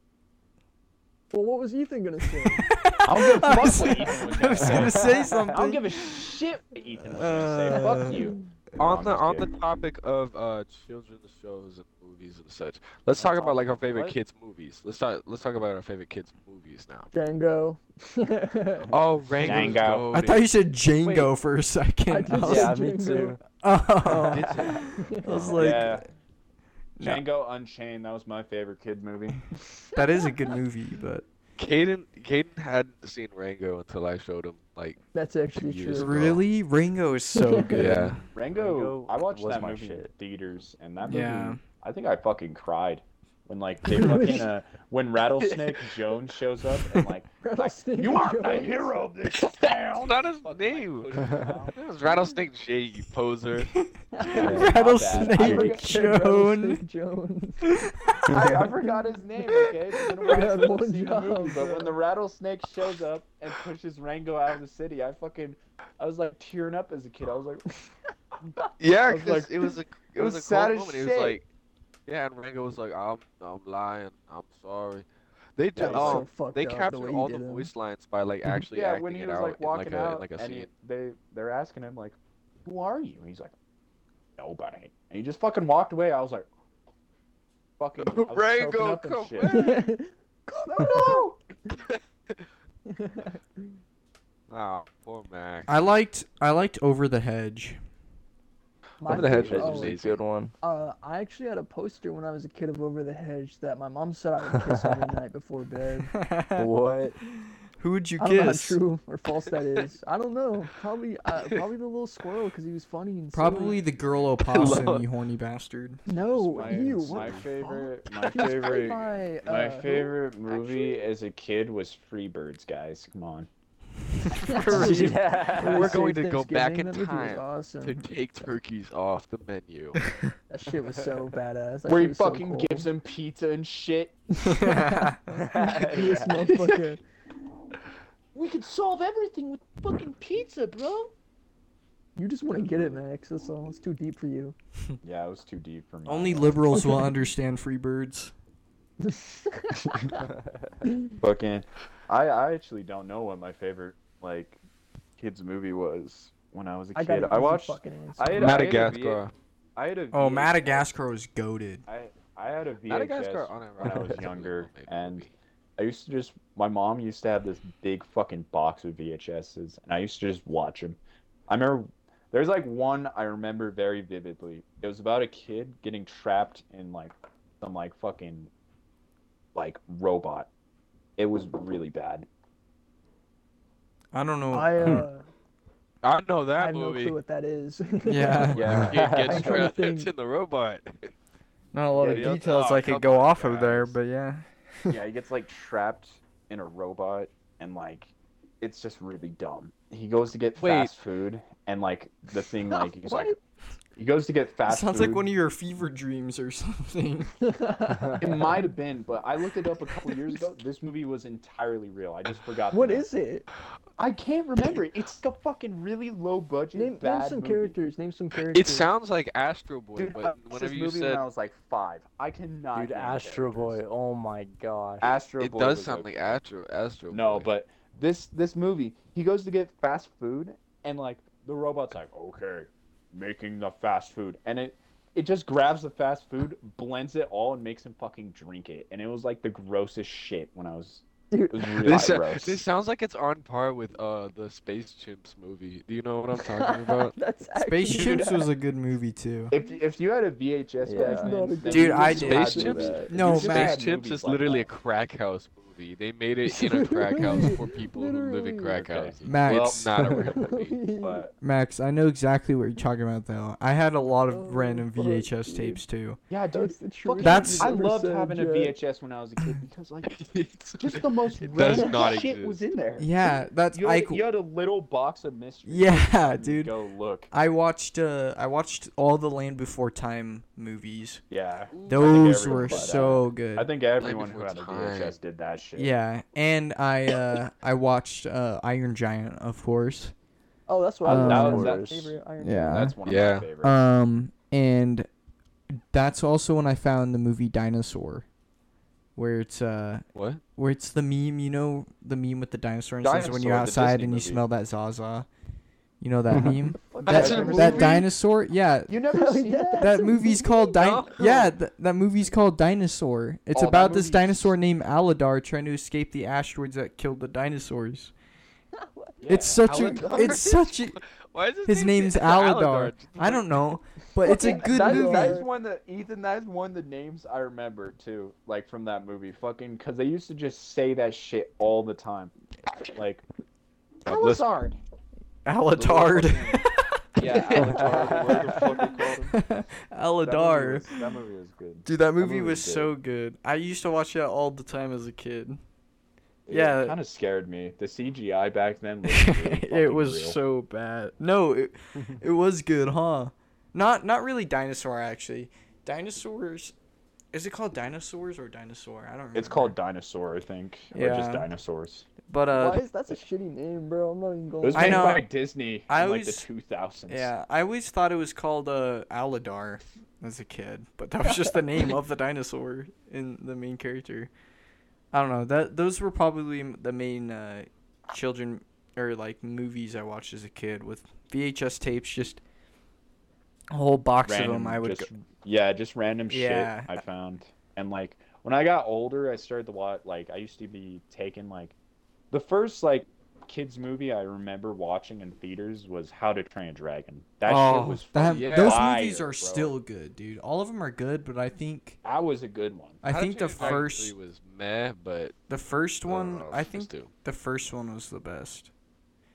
Well, what was Ethan gonna say?
I don't give a
I
fuck
was,
what Ethan was
(laughs) I
gonna
was
say. (laughs)
gonna say
I don't
something.
give a shit what Ethan was gonna say.
Uh,
Fuck you. No,
on
I'm
the
just
on the
kidding.
topic of uh children's shows and movies and such, let's
On
talk about like our
topic of
favorite
what?
kids movies. Let's talk let's talk about our favorite kids movies now.
Django.
(laughs) Oh, Rango's
Django.
I thought you said Django for a (laughs)
I
second.
did
I was-
say
yeah, me
Django.
too.
(laughs)
oh.
Did
I was like,
yeah.
No.
Django Unchained. That was my favorite kid movie.
(laughs) that is a good movie, but
Caden Caden hadn't seen Rango until I showed him like
That's actually
Years
true. (laughs)
ago.
really, Rango
(laughs)
is so good.
yeah.
Rango.
Rango
I watched
was
that
my
movie in
shit.
theaters, and that movie.
Yeah.
I think I fucking cried when
(laughs)
like they fucking uh, when Rattlesnake Jones shows up and like
Rattlesnake
you (laughs) are the
Jones. (laughs)
hero of this
That's
town.
not his
Fucking, like,
name.
push him
(laughs)
down.
That was Rattlesnake J, you poser.
my bad. I
(laughs)
forgot-
Rattlesnake Joan.
Rattlesnake Jones.
I, I forgot his name, okay? It's been
(laughs)
a while
Yeah,
(laughs) since I've
one
seen the movie,
job,
but
bro.
when the rattlesnake shows up and pushes Rango out of the city, I fucking, I was like tearing up as a kid. I was like,
Yeah,
I was
'cause
like-
it
(laughs)
was a it
it
was,
was
a cool
sad as
moment. It was
shit.
like, yeah, and Rango was like, "I'm I'm lying. I'm sorry." They
Yeah,
did.
he's
oh,
so
fucked
they
up the
captured
way he
all the
did him.
voice lines by like actually
(laughs) yeah,
acting
when he
it
was
out
like
in, like,
walking
a,
out,
like a
and
scene.
he, they they're asking him like, "Who are you?" And he's like, "Nobody." And he just fucking walked away. I was like, "Fucking I was
Rango,
choking up and
come
shit.
back.
(laughs)
No,
Oh, poor Mac.
I liked I liked Over the Hedge.
My
Over the Hedge
favorite-
was
oh,
a
amazing.
good one.
Uh, I actually had a poster when I was a kid of Over the Hedge that my mom said I would kiss
(laughs)
every night before bed.
What?
Who would you
I don't know how
kiss?
true or false that is. I don't know. Probably, uh, probably the little squirrel because he was funny and silly.
Probably the girl opossum, you
(laughs)
horny bastard.
no.
my,
you.
my
What the
favorite, my
fuck? He was played
favorite,
by,
my
uh, (laughs) who-
favorite movie as a kid was Freebirds, guys. Come on.
who
We're
saved
going to go back
Thanksgiving.
in
That movie was
time (laughs) To
Awesome.
take turkeys off the
(laughs)
menu.
That shit was (laughs) so badass. That shit
Where he
was so
fucking
cool. (laughs)
gives him pizza and (laughs) shit.
This (laughs) motherfucker.
We could solve everything with fucking pizza, bro.
You just want to get it, Max. That's all. It's too deep for you. (laughs)
Yeah, it was too deep for me.
Only liberals will understand free birds.
fucking. I I actually don't know what my favorite like kids movie was when I was a
I
kid.
got an
I,
easy
watched.
Fucking answer.
I had,
Madagascar.
I had a V- I had a
Oh,
VH
Madagascar was goaded.
I I had a VHS
Madagascar. (laughs)
when I was
unironically,
younger,
made a
and
movie.
I used to just. My mom used to have this big fucking box of VHSs, and I used to just watch them. I remember there's like one I remember very vividly. It was about a kid getting trapped in like some like fucking like robot. It was really bad.
I don't know.
I, uh,
I know that
I have no
movie.
clue what that is.
yeah.
(laughs)
Yeah. (laughs)
It gets
I
trapped
think-
in the robot.
Not a lot
Yeah,
of
yeah.
details
Oh,
I could
come
go
on,
off of there,
guys.
but yeah.
yeah, he gets like trapped in a robot and like it's just really dumb. He goes to get
Wait.
fast food and like the thing like
(laughs)
he's like he goes to get fast
Sounds
food.
like one of your fever dreams or (laughs) something.
it might have been, but I looked it up a couple years ago. This movie was entirely real. I just forgot.
(laughs)
the
what
name.
is it?
I can't remember. it. It's a fucking really low budget
Name,
bad
name some
movie.
characters. Name some characters.
It sounds like Astro Boy,
Dude, I
but
watched
whenever
this
you
movie when
said
I was like five, I cannot.
Dude,
name
Astro Boy.
characters.
Oh my gosh.
Astro
it
Boy
does
was
sound
a-
like Astro Astro.
No,
Boy.
but this this movie, he goes to get fast food, and like the robot's like, okay, making the fast food, and it it just grabs the fast food, blends it all, and makes him fucking drink it, and it was like the grossest shit when I was
Dude,
It was really
This,
high
sou-
roast.
this uh, sounds like it's on par with uh the Space Chimps movie. Do you know what I'm talking
(laughs)
about?
(laughs) That's
Space
actually-
Dude,
Chimps
(laughs)
was a good movie too.
If if you had a VHS
Yeah.
back
Not a
then,
good
then
Dude,
you
I
just
did.
had
Space
to do
Chimps?
that.
No,
You just
Max.
had
Space Chimps
movies
is
like
literally
that.
a crack house movie. They made it in
(laughs)
a crack house for people who live in
Literally.
crack
Okay.
houses.
Max.
Well, not a real
(laughs)
movie.
But
Max, I know exactly what you're talking about though. I had a lot of
Oh,
random
fuck,
VHS
dude.
tapes too.
yeah, dude,
That's the truth.
That's-
I loved
100%,
having a
Jack.
VHS when I was a kid because like just the most
It does
random
not
shit was in there.
Yeah, that's
You
I.
had, you had a little box of mystery.
Yeah,
and you
dude.
Go look.
I watched. Uh, I watched all the Land Before Time movies.
Yeah.
Those
everyone
were
bought that.
so good.
I think everyone who
Before
had a
Time.
VHS did that shit.
Yeah, and I uh, I watched uh, Iron Giant, of course.
Oh, that's what
Um,
I
That
was
was-
that-
favorite Iron
Yeah.
Man.
That's one of
Yeah.
my favorites.
Um, and that's also when I found the movie Dinosaur, where it's uh
(laughs) What?
where it's the meme, you know, the meme with the dinosaur and it says when you're
Dinosaur, the
outside
Disney
and you
movie.
smell that Zaza, you
(laughs)
know that meme.
That's
that
a
that
movie?
dinosaur, yeah.
(laughs)
You never seen
yeah.
that?
That's
(laughs) That
a
movie's called Din.
No.
Yeah, th- that movie's called Dinosaur. It's
Oh, that
about this
movie's-
dinosaur named Aladar trying to escape the asteroids that killed
(laughs)
the dinosaurs. It's such
Aladar?
a, it's such a,
Why is his,
his name's Aladar. I don't know, but it's a good
That-
movie.
That is one that Ethan. That is one of the names I remember too, like from that movie. Fucking, because they used to just say that shit all the time. Like,
Listen,
Aladard.
(laughs)
yeah, Avatar. whatever the fuck they called him. That movie
(laughs) Aladar.
was- That movie was good.
Dude, that
movie
movie was
was
so good. I used to watch that all the time as a kid. Yeah.
kind of scared me. The CGI back
(laughs)
then. Looked really
it
fucking
was
real.
so bad. No, it, it was good, huh? Not not really dinosaur actually. Dinosaurs is it called dinosaurs or dinosaur? I don't remember.
It's called Dinosaur, I think, or
Yeah.
just dinosaurs.
But
Why
uh
is that's a shitty name, bro? I'm not even
It
going.
was
I
made
know.
by Disney
I
in like the
always-
2000s.
yeah, I always thought it was called uh Aladar as a kid, but that was just the name of the
(laughs)
dinosaur in the main character. I don't know. That those were probably m- the main uh children or like movies I watched as a kid with VHS tapes just a whole box of them I would go,
just, yeah, just random
Yeah.
shit I found. And like when I got older, I started to watch. Like I used to be taking like the first like kids movie I remember watching in theaters was How to Train a Dragon. That shit was
Oh, that-
yeah.
those
fire,
movies are
bro.
still good, dude. All of them are good, but I think
that was a good one.
I think the first
was meh, but
the first
I don't
one
know,
I
it's
think
too-
the first one was the best.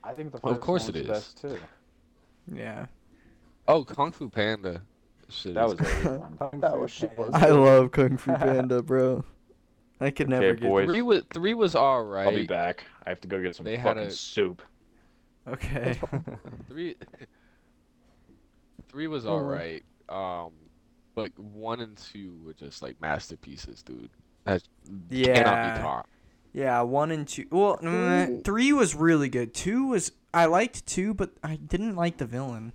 I think the first
Well, of course
one
it
was
is.
the best too.
Yeah,
Oh, Kung Fu Panda. Shit
That
is-
was a good
(laughs)
one.
That
(laughs)
was shit.
(laughs) I love Kung Fu Panda, bro. I could never
Okay,
get
boys.
three was three was all right.
I'll be back. I have to go get some
They had
fucking
a-
soup.
(laughs) okay.
Three, three was
Oh.
all right. Um, but one and two were just like masterpieces, dude. That cannot
Yeah.
be taught.
Yeah, one and two. Well, mm, three was really good. Two was I liked two, but I didn't like the villain.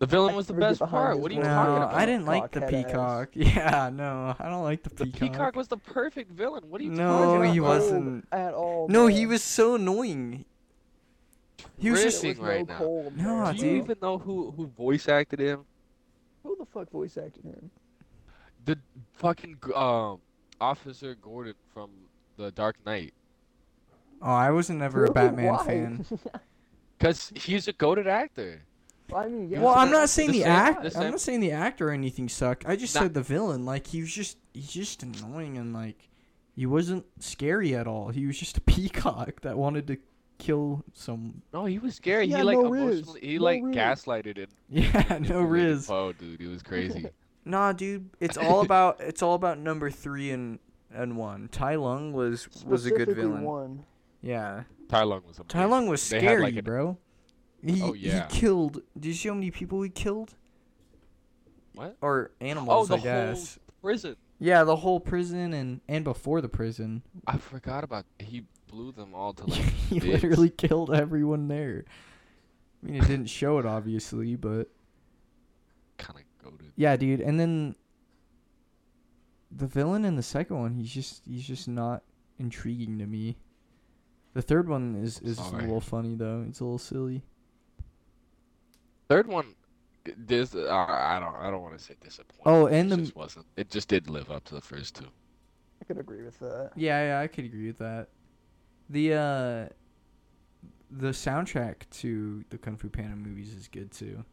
The villain was the
never get
best
behind
part.
his
What are you
No,
villain.
talking about?
I didn't like the
Cockhead ass.
peacock. (laughs) Yeah, no, I don't like the
The
peacock.
peacock was the perfect villain. What are you
No,
talking about?
he wasn't.
at all.
No,
bro.
he was so annoying. He was
There
just
Really?
was
right
no
now.
cold,
No,
bro.
Ah,
Do you
dude.
even know who who voice acted him?
Who the fuck voice acted him?
The fucking um Officer Gordon from The Dark Knight.
Oh, I was never a
(laughs) Really?
Batman
Why? (laughs)
fan.
Cause he's a goaded actor.
I mean, yeah.
Well, I'm not
The
saying the,
same-
act.
the
I'm
same-
not saying the actor or anything sucked. I just
Not-
said the villain. Like he was just, he's just annoying and like, he wasn't scary at all. He was just a (laughs) peacock that wanted to kill some. (laughs)
No, he was scary.
Yeah,
he like
no riz.
emotionally, he
No
like
riz.
gaslighted and
Yeah, no riz.
Oh, dude, he was crazy.
Nah, dude. It's all about it's all about number three and and one. Tai Lung was was a good
Specifically
villain.
One.
Yeah.
Tai Lung was amazing.
Tai Lung was
They
scary,
had, like, an-
bro. He,
Oh, yeah.
he killed. Do you see how many people he killed?
What? Oh,
Or animals,
the
I
whole-
guess.
prison.
Yeah, the whole prison and and before the prison,
I forgot about. He blew them all
(laughs)
to like. (laughs)
he
bits.
literally killed everyone there. I mean, it didn't show it obviously, but
kind of goaded.
yeah, dude. And then the villain in the second one, he's just he's just not intriguing to me. The third one is is a
Sorry.
little funny though. It's a little silly.
Third one, this uh, I don't I don't want to say disappointing.
Oh,
it
and the
just wasn't. It just did live up to the first two.
I could agree with that.
Yeah, yeah, I could agree with that. The uh the soundtrack to the Kung Fu Panda movies is good too.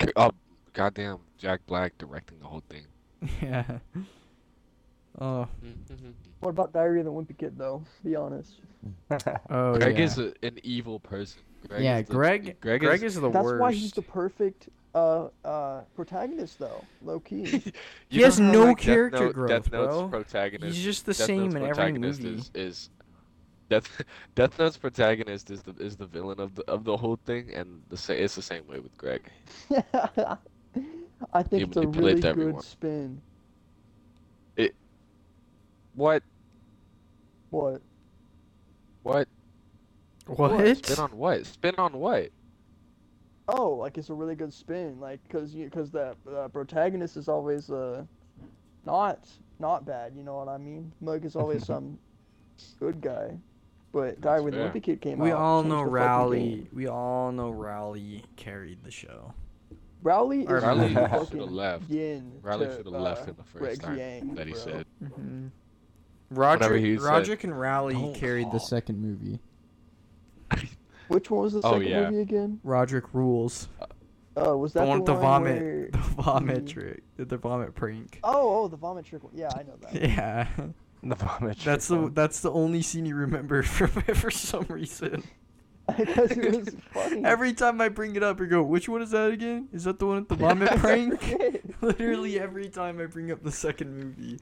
(laughs)
Oh, goddamn, Jack Black directing the whole thing.
yeah. Oh,
What about Diary of the Wimpy Kid though? Be honest.
oh
Greg
yeah.
is a, an evil person. Greg
yeah,
is the-
Greg.
Greg, is,
the
That's
worst.
why he's the perfect uh uh protagonist though, low key.
(laughs)
(laughs)
(laughs) You
He
know
has
how,
no
like, Death
character
Note-
growth,
Death Note's
bro.
protagonist.
He's just the
Death
same
Note's
in every
protagonist
movie.
Is, is Death (laughs) Death Note's protagonist is the is the villain of the of the whole thing, and the sa- it's the same way with Greg.
I think
You
it's a really
manipulate
good
everyone.
spin.
What?
What?
What? Spin
What?
on what? Spin on what?
Oh, like it's a really good spin, like because you because the uh, protagonist is always uh not not bad. You know what I mean? Mug
(laughs)
is always some good guy, but die
That's
when the
fair.
Wimpy Kid came out.
We all
changed
know
the fucking
Rowley.
game.
We all know Rowley carried the show.
Rowley
Or
is
Riley
the
should have
fucking
left.
yin
Riley
to,
should have
uh,
left in the first
Greg's
time
yang,
that he
bro.
(laughs)
said. (laughs)
Mm-hmm.
Whenever
Roger,
he said-
Roderick and Rowley
Don't
carried the
call.
second movie.
(laughs) Which one was the
Oh,
second
yeah.
movie again?
Roderick rules.
Oh, was that
Don't want
the
the
one
vomit.
where-
(laughs) The vomit trick. The vomit prank.
Oh, oh, the vomit trick. one. Yeah, I know that. (laughs)
Yeah,
the vomit.
that's
trick
the
one.
that's the only scene you remember (laughs) from it for some reason. (laughs)
Because (laughs) it was funny.
Every time I bring it up, you go, "Which one is that again? Is that the one at the
(laughs)
vomit
I
prank?"
forget.
(laughs) Literally every time I bring up the second
(laughs)
movie.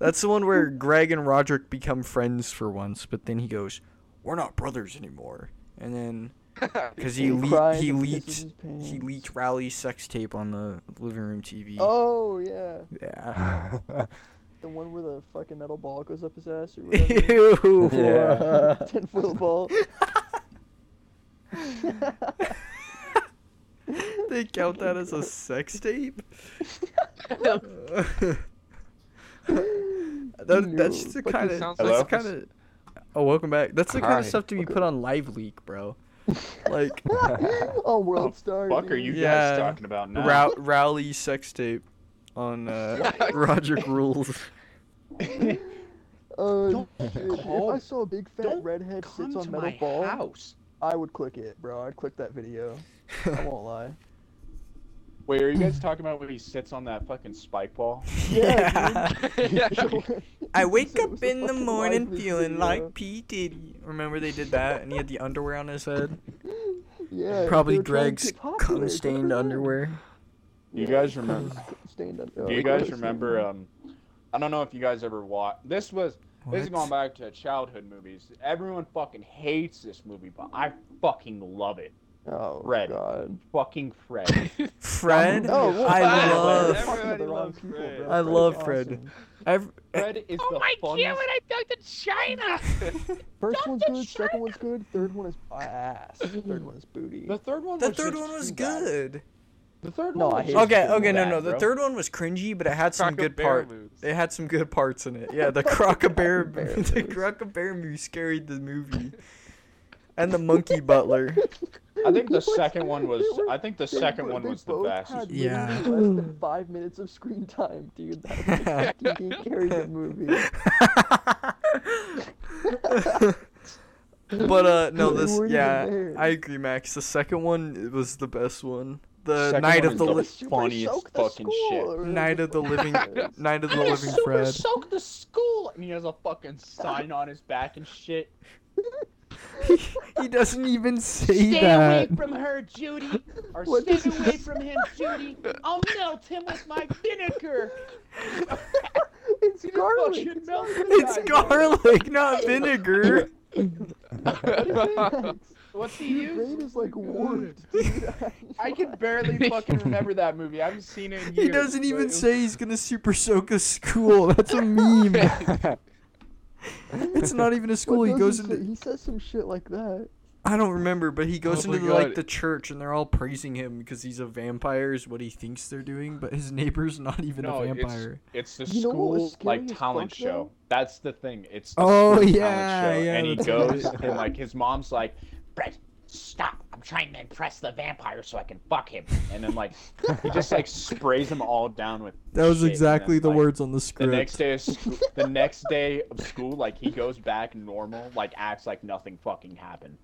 That's the one where Greg and Roderick become friends for once, but then he goes, "We're not brothers anymore." And then
(laughs)
because he le-
cries
he
and pisses
leaked
his
he
pants.
leaked Rowley's sex tape on the living room TV.
Oh yeah,
Yeah.
(laughs)
the one where the fucking metal ball goes up his
(laughs)
ass or whatever.
Ew. (laughs)
Yeah.
Tin foil
(laughs)
ball. (laughs)
they count that as a sex
(laughs)
tape? That- that's the
But
kind
this
of
sounds
that's
like-
kind of. Oh, welcome back. That's the kind
Hi.
of stuff to be put on Live Leak,
(laughs)
bro. Like
oh, world star.
Fuck are you
Yeah.
guys talking about now?
Row- Rowley sex tape on
(laughs)
uh, Roger Rules.
(laughs)
Oh,
Don't
shit. If I
call-
saw a big fat
don't
redhead
Come
sits on
to
metal
my
ball,
house.
I would click it, bro. I'd click that video. I
(laughs)
won't lie.
Wait, are
(sighs)
you guys talking about when he sits on that fucking spike ball?
Yeah,
(laughs) I wake
It
up
was a
in the
fucking (laughs)
morning
Live Leak
feeling
video.
like P Diddy. Remember they did that, and he had the underwear on his head.
yeah.
Probably
they were trying to
Greg's
get popular,
cum
good for
stained
them.
underwear.
Do you guys remember?
Stained under- oh,
Do you
it was
guys
stained
remember? Um, I don't know if you guys ever watched. This was this is
What?
going back to childhood movies. Everyone fucking hates this movie, but I fucking love it.
Oh
Red. (laughs)
God.
Fucking
(laughs)
Fred.
Fred,
No, Oh, what-
I
Wow,
love.
everyone-
Talking to the
Everybody
wrong
loves
people,
Fred.
bro.
I
Fred's
love Fred.
awesome.
I've,
Fred is the funniest.
First one's good, second one's good, third one is ass, third one is booty.
The third one.
the
was
third
just
one was
too bad.
good.
The third
No,
one. Oh,
I
was
(laughs)
hate
just
Okay,
too
okay, no,
bad,
no. The
bro.
third one was cringy, but it had some good part. It had some good parts in it. Yeah, the
(laughs) Crocobear
crocobear,
moves.
(laughs) the crocobear moose carried the movie, and the
(laughs)
monkey butler. (laughs)
I think the
It was-
second one was.
it
I think the
they
second
bo-
one
they
was the
both
fastest.
had
Yeah.
literally Less
(laughs)
than five minutes of screen time, dude. That fucking carried the movie.
(laughs) but uh, no,
They
this
weren't even
yeah,
there.
I agree, Max. The second one was the best one. The
Second
night
one
of
is
the
the
li-
Super
funniest
Soak the
fucking shit.
School, or
night of
(laughs)
the living night of the
I
living
just super
Fred.
soaked the school, and he has a
(laughs)
fucking sign on his back and shit.
(laughs) he doesn't even say
Stay
that.
away from her, Judy, or
What
stay
does it-
(laughs) away from him, Judy. I'll melt him with my vinegar.
It's
He just
garlic.
fucking
It's
melted
garlic.
the
It's
guy, bro.
garlic, not
(laughs)
vinegar.
(laughs) had.
What's he
Your brain
use?
is like warped. (laughs) dude.
I can barely fucking remember that movie. I haven't seen it. In years,
He doesn't
but it
even
was-
say he's gonna super soak a school. That's a meme.
(laughs)
(laughs) it's not even a
What
school. He
does
goes
say?
into
He says some shit like that.
I don't remember, but he goes
Oh my
into the, like
God.
the church and they're all praising him because he's a vampire is what he thinks they're doing, but his neighbor's (laughs) not even
No,
a
it's-
vampire.
It's the
You know what was
school like
scary as
talent
fuck,
show.
though?
That's the thing. It's the
Oh,
school talent
yeah,
show.
yeah,
and he
(laughs) that's
goes
right.
and like his mom's like, Brett, stop. I'm trying to impress the vampire so I can fuck him. And then like he just like sprays them all down with.
That was
shit, and
exactly
then,
the
like,
words on the
The
script.
next day, of sc- the next day of school, like he goes back normal, like acts like nothing fucking
(laughs)
happened.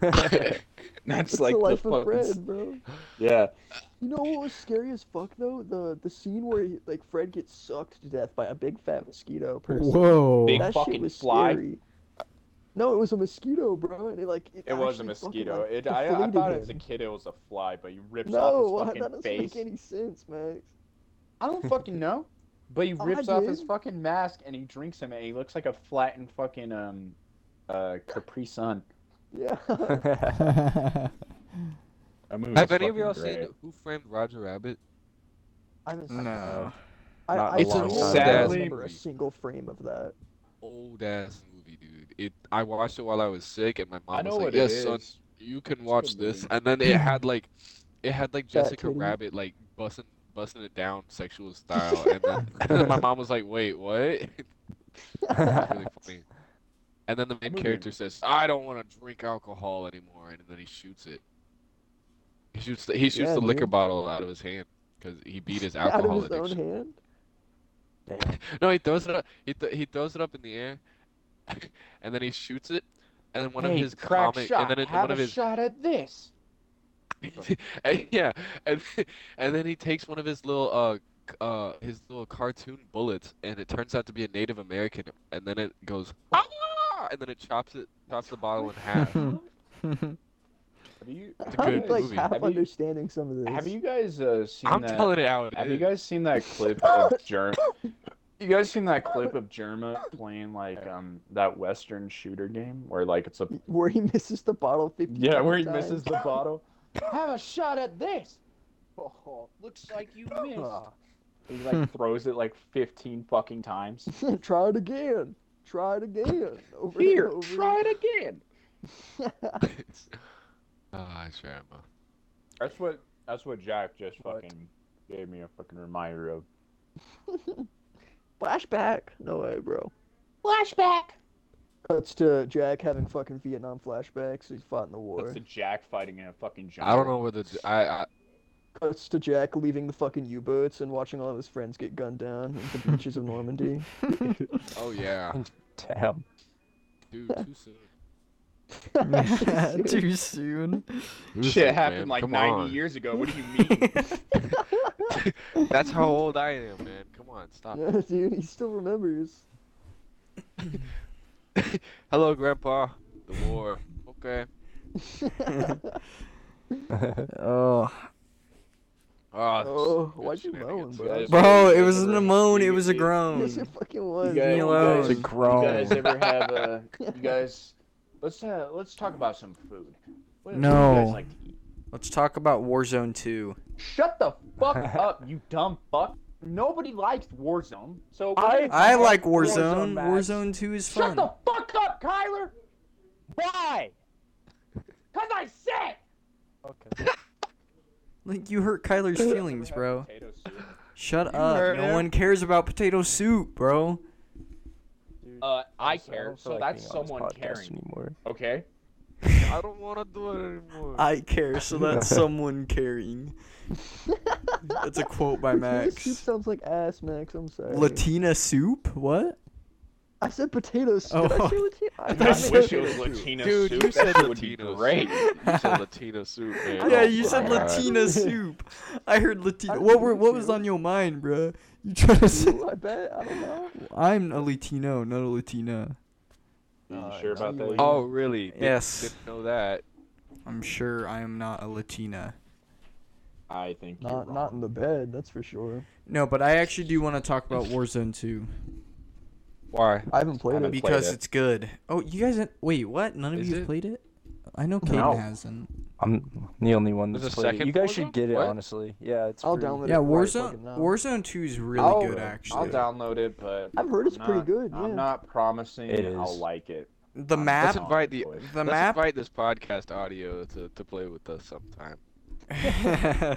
That's
It's the life of Fred, bro.
yeah.
You know what was scary as fuck though? The the scene where he, like Fred gets sucked to death by a big fat mosquito person.
Whoa.
(laughs)
Big (laughs)
That
fucking
shit was
fly?
scary. No, it was a mosquito, bro, and it like it,
It was a
actually fucking,
mosquito.
like,
It, I, I
deflated
thought
him.
as a kid it was a fly, but he rips
No, (laughs) that
off his fucking
doesn't
face.
make any sense, Max.
I don't fucking know.
(laughs)
But he
Oh, I
rips off his
did.
fucking mask and he drinks him and he looks like a flattened fucking um uh Capri Sun.
Yeah. (laughs)
That movie
Have
was
any of
fucking
y'all
great.
seen Who Framed Roger Rabbit?
I haven't seen
No.
I,
Not
I,
in a
I
long
don't
time.
remember a
Sadly-
single frame of that. (laughs)
Old ass movie, dude. It. I watched it while I was sick, and my mom
I know
was like,
what
"Yes,
it is.
son, you can
a
watch
good
this."
movie.
And then it had like, it had like
Fat
Jessica
titty.
Rabbit like busting busting it down sexual style, and then,
(laughs)
(laughs) and then my mom was like, "Wait, what?" (laughs) It was
(laughs)
really funny. And then the main
movie-
character says, "I don't want to drink alcohol anymore," and then he shoots it. He shoots the, he shoots
Yeah,
the liquor
dude.
bottle out of his hand because he beat his
(laughs) Out
alcohol
of his own
addiction.
hand?
No, he throws it up. He th- he throws it up in the air, (laughs) and then he shoots it, and then one of
Hey,
his
crack
comic,
shot.
and then it,
Have
one
a
of his
shot at this.
(laughs) and- yeah, and and then he takes one of his little uh c- uh his little cartoon bullets, and it turns out to be a Native American, and then it goes ah! and then it chops it chops the bottle in
(laughs)
half.
Have you
a
(laughs) I'm
good
like
movie.
half
Have you-
understanding some of this.
have you guys uh, seen
I'm
that?
telling it out.
Have you guys seen that
(laughs)
clip of Germ? You guys seen that clip of Germa playing like um that Western shooter game where like it's a
(laughs) Where he misses the bottle 50
yeah where he
times?
misses the bottle? Have a shot at this. Oh, looks like you missed.
(laughs)
He
Hmm.
like throws it like 15 fucking times.
(laughs) try it again. Try it again. Over
Here,
and over.
try it again.
(laughs) Ah, Sharma.
That's what that's what Jack just
What?
fucking gave me a fucking reminder of.
Flashback. No way, bro. Flashback. Cuts to Jack having fucking Vietnam flashbacks. He fought in the war.
That's the Jack fighting in a fucking jungle.
I don't know where the I, I
Cuts to Jack leaving the fucking U-boats and watching all of his friends get gunned down at the beaches of
(laughs)
Normandy. (laughs)
oh yeah,
(laughs) Damn.
dude, too soon.
(laughs)
Too soon.
Too
Shit
soon,
happened
man.
like
Come
90
on.
years ago. What do you
(laughs)
mean?
That's
(laughs)
how old I am, man. Come on, stop.
yeah, dude, he still (laughs) remembers.
(laughs) Hello, Grandpa. The war. Okay.
oh.
Oh, this is
Oh,
good
why'd you moan,
shenanigans.
bro?
Bro, it was not a moan, it was a
Yes, it
(laughs)
groan.
fucking was.
guys-
Me
you
alone.
It's a
guys-
groan.
You guys ever have uh, you guys? Let's uh, let's talk about some food. What do you
No.
guys like to eat?
Let's talk about Warzone 2.
Shut the
(laughs)
fuck up, you dumb fuck. Nobody likes Warzone, so we're
(laughs) I-
gonna
I
talk
like
about
Warzone.
Max.
Warzone 2 is
Shut
fun.
the fuck up, Kyler.
(laughs)
Why?
Cause I said.
Okay.
Like, you hurt
(laughs)
Kyler's feelings, bro.
Potato soup.
Shut
You
up.
hurt
No
him.
one cares about potato soup, bro.
Dude,
Uh, I
honestly,
care,
don't feel
so
like
that's
being on this
someone
podcast
caring.
anymore.
(laughs) Okay.
I don't want to do it anymore.
I care, so (laughs) that's someone caring. That's a quote by
Potato soup
Max.
sounds like ass, Max. I'm sorry.
Latina soup? What?
I said potato soup. Did
Oh.
I, say Latina? I, meant
thought you
wish
potato
it was
(laughs) soup.
Latino
Dude, you
soup. that
said
shit would be
Latino
great.
soup. You said Latino soup, man.
Yeah,
Oh
you
my
said
God.
Latina soup. I heard Latina.
I
What were
did
what was
too.
on your mind, bro? You trying to say
Ooh, I bet. I don't know.
(laughs) I'm a Latino, not a Latina.
Are you sure about that?
Oh, really? Didn't-
Yes.
Didn't know that.
I'm sure I am not a Latina.
I think you're
Not, not in the bed, that's for sure.
No, but I actually do want to talk about Warzone 2
Why?
I haven't played
haven't
it.
because
it.
it's good. Oh, you guys ha- wait, what? None of
Is
you have
it?
played it? I know Caden
No.
hasn't.
I'm the only one
There's
that's
a
played it.
second
You guys
Warzone?
should get it,
What?
honestly. Yeah, it's
I'll
free.
download
Yeah,
it. right
Warzone
fucking now.
Warzone 2 is really
I'll-
good
I'll
actually.
download it, but
I've heard it's
I'm
pretty
not-
good, yeah.
I'm not promising
It
I'll
is.
like it.
the
I'm
map
Let's invite the
honestly.
the
let's
map
invite this podcast audio to, to play with us sometime.
(laughs)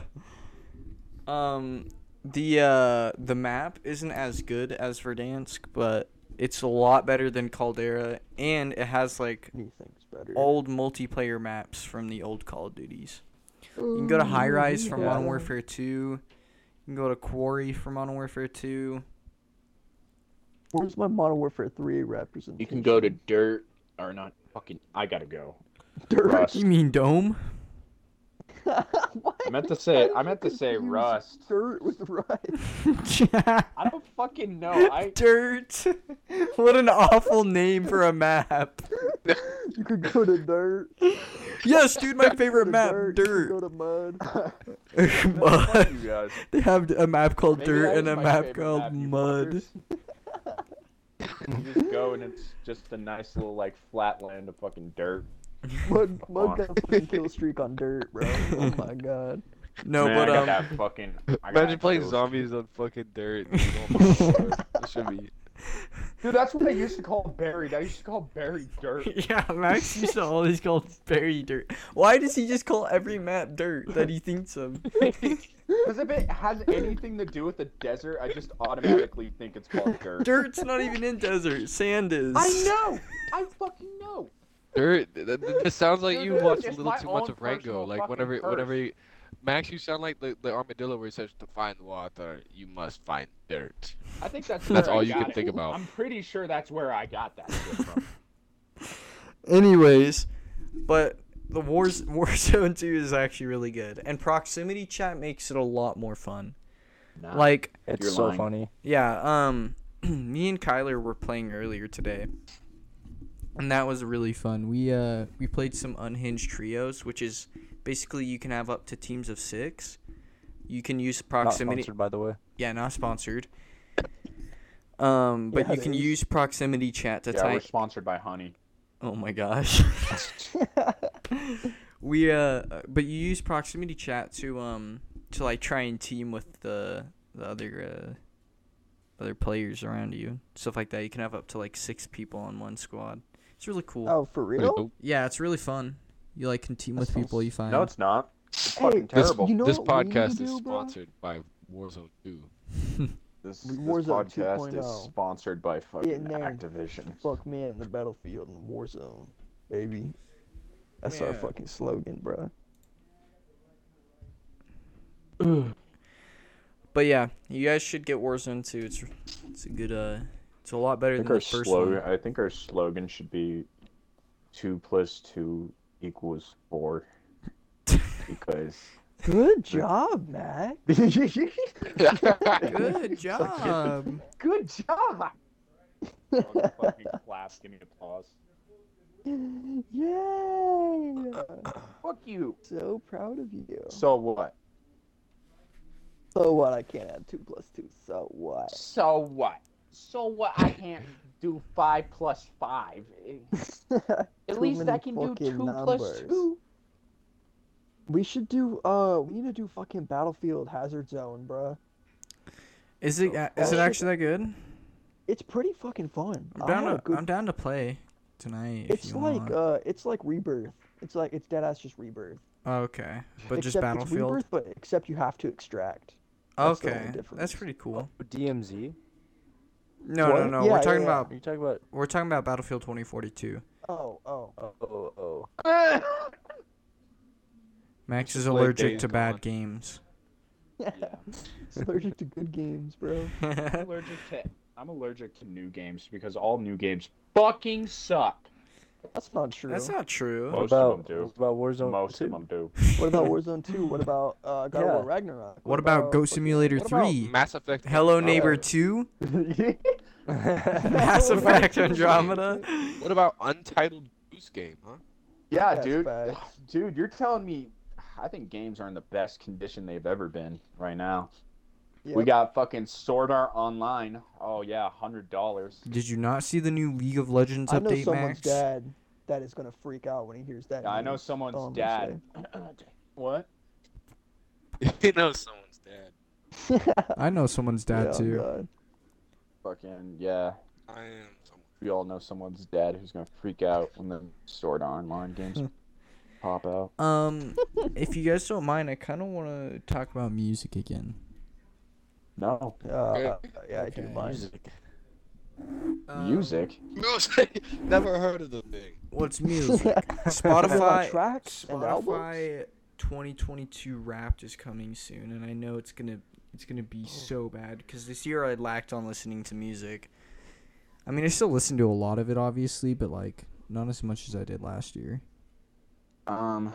um the uh the map isn't as good as Verdansk, but It's a lot better than Caldera, and it has like
Anything's better.
old multiplayer maps from the old Call of Duties. You can go to High Rise from Modern Warfare 2. You can go to Quarry from Modern Warfare 2.
Where's my Modern Warfare 3 representation?
You can go to dirt or not fucking. I gotta go.
Dirt.
Rust.
(laughs) You mean Dome?
What?
I meant to say.
How
I
do
meant
you
to say
confuse
rust.
Dirt with rust.
I don't fucking know.
(laughs)
I
Dirt. what an awful name for a map.
You could go to dirt.
Yes, dude, my favorite
to
map,
dirt, You
Dirt.
could go to mud.
(laughs) Mud.
you guys.
They have a map called
Maybe
Dirt
that
and
is
a
my
map
favorite
called
map, you
Mud. (laughs)
fuckers. (laughs) you just go and it's just a nice little like flat land of fucking dirt.
Mud, mud
on.
got a fucking kill streak on dirt, bro. Oh my god.
No,
Man,
but
I got
um,
that fucking. I got
Imagine
that
playing
ghost.
zombies on fucking dirt. and you don't have a sword. That should be.
Dude, that's what they used to call buried. I used to call buried
(laughs)
dirt. (laughs)
yeah, Max used to always call Barry Dirt. Why does he just call every map Dirt that he
(laughs)
thinks of?
Because if it has anything to do with the desert, I just automatically think it's called dirt.
Dirt's not even in desert. Sand is.
I know. I fucking know.
Dirt. That, that- that sounds like
Dude,
you
it's
watch a
just
little
my
too much
own
of Rango.
personal
Like
fucking
whenever, whenever
curse.
you, Max, you sound like the, the armadillo where it says to find water, you must find dirt.
I think that's
That's
where I
all you
got
can
it.
think about.
I'm pretty sure that's where I got that shit from.
Anyways, but the (laughs) Wars Warzone 2 is actually really good, and proximity chat makes it a lot more fun.
Nah.
Like,
It's
You're
so
lying.
funny.
yeah, um, (clears throat) me and Kyler were playing earlier today, and that was really fun. We uh we played some unhinged trios, which is basically you can have up to teams of six. You can use
Not
proximity.
sponsored, by the way.
Yeah, not sponsored. Um, but
Yeah,
you
it
can
is.
use proximity chat to
yeah, we're
type.
sponsored by Honey.
Oh my gosh. we uh but you use proximity chat to um to like try and team with the the other uh other players around you. Stuff like that. You can have up to like 6 people on one squad. It's really cool.
Oh, for real?
Yeah, it's really fun. You like can team
That
with
sounds-
people you find.
No, it's not. It's
Hey,
fucking
This,
terrible.
You know
this
what we need to
podcast is
do, bro?
sponsored by Warzone 2.
This,
We-
this
Warzone
podcast
2.0.
is sponsored by fucking
Getting there.
Activision.
Fuck me in the battlefield in Warzone, baby. That's our
Yeah.
fucking slogan, bro.
But yeah, you guys should get Warzone 2. It's it's a good uh it's a lot better
I
than
think
the
our
first
slogan.
one.
I think our slogan should be two plus two equals
(laughs)
four.
(laughs)
because
Good job, (laughs) Matt.
Good job.
(laughs) good job. fucking clap. Give me applause.
Yay!
Fuck you.
So proud of you.
So what?
So what? I can't add two plus two. So what? (laughs)
So what? So what? I can't do five plus five.
Too many fucking numbers. We should do. Uh, we need to do fucking Battlefield Hazard Zone, bruh.
Is it uh, is it actually that good?
It's pretty fucking fun.
I'm
I
down
had a
to
Oh, good-
I'm down to play tonight. If
it's
you
like
want.
uh, it's like Rebirth. It's like it's dead ass just Rebirth.
okay, but just
Except it's
Battlefield.
Rebirth, but except you have to extract. that's the only
Okay, that's
difference.
pretty cool.
Oh, DMZ?
No, no,
What? Yeah,
no. we're
yeah,
talking
yeah.
about
Are you talking about?
we're talking about Battlefield 2042.
Oh, oh. (laughs)
Oh, oh, oh.
Max is
play
allergic
Days
to bad
Gone. (laughs)
games. (laughs)
(laughs) Allergic to good games, bro.
I'm allergic to. I'm allergic to new games because all new games fucking suck.
That's not true.
that's not true.
What
Most of
about,
them do.
what about Warzone
Most
2?
of them do.
What
(laughs)
about Warzone 2? What about uh, God of War
Yeah.
Ragnarok?
What about Goat
fucking-
Simulator
What about
3?
(laughs) Mass Effect. Oh.
Hello
Andromeda?
Neighbor
(laughs)
2?
(laughs)
them.
(laughs) Mass
No, Max-
Effect Andromeda?
What about Untitled Goose Game, huh? (laughs)
Yeah,
That's
dude.
facts.
(sighs) Dude, you're telling me. I think games are in the best condition they've ever been right now. We
Yep.
got fucking Sword Art Online. Oh yeah, hundred dollars.
Did you not see the new League of Legends
I know
update,
someone's
Max?
dad that is gonna freak out when he hears that.
I
news. That's
know
all I'm
someone's
gonna
dad. what?
you know someone's dead.
(laughs) say.
I know someone's dad
Yeah,
too.
God.
Fucking yeah.
I am someone.
We all know someone's dad who's gonna freak out when the Sword Art Online games pop out.
(laughs)
Um, if you guys don't mind, I kind of want to talk about music again.
No.
Uh, yeah, I do
Okay.
mind.
Music.
Um,
Music. (laughs)
Music. (laughs) Never heard of the thing.
What's music?
(laughs) Spotify
Spotify.
tracks and albums.
Spotify 2022 Wrapped is coming soon, and I know it's gonna it's gonna
Oh.
be so bad because this year I lacked on listening to music. I mean, I still listen to a lot of it, obviously, but like not as much as I did
(laughs)
last year.
Um,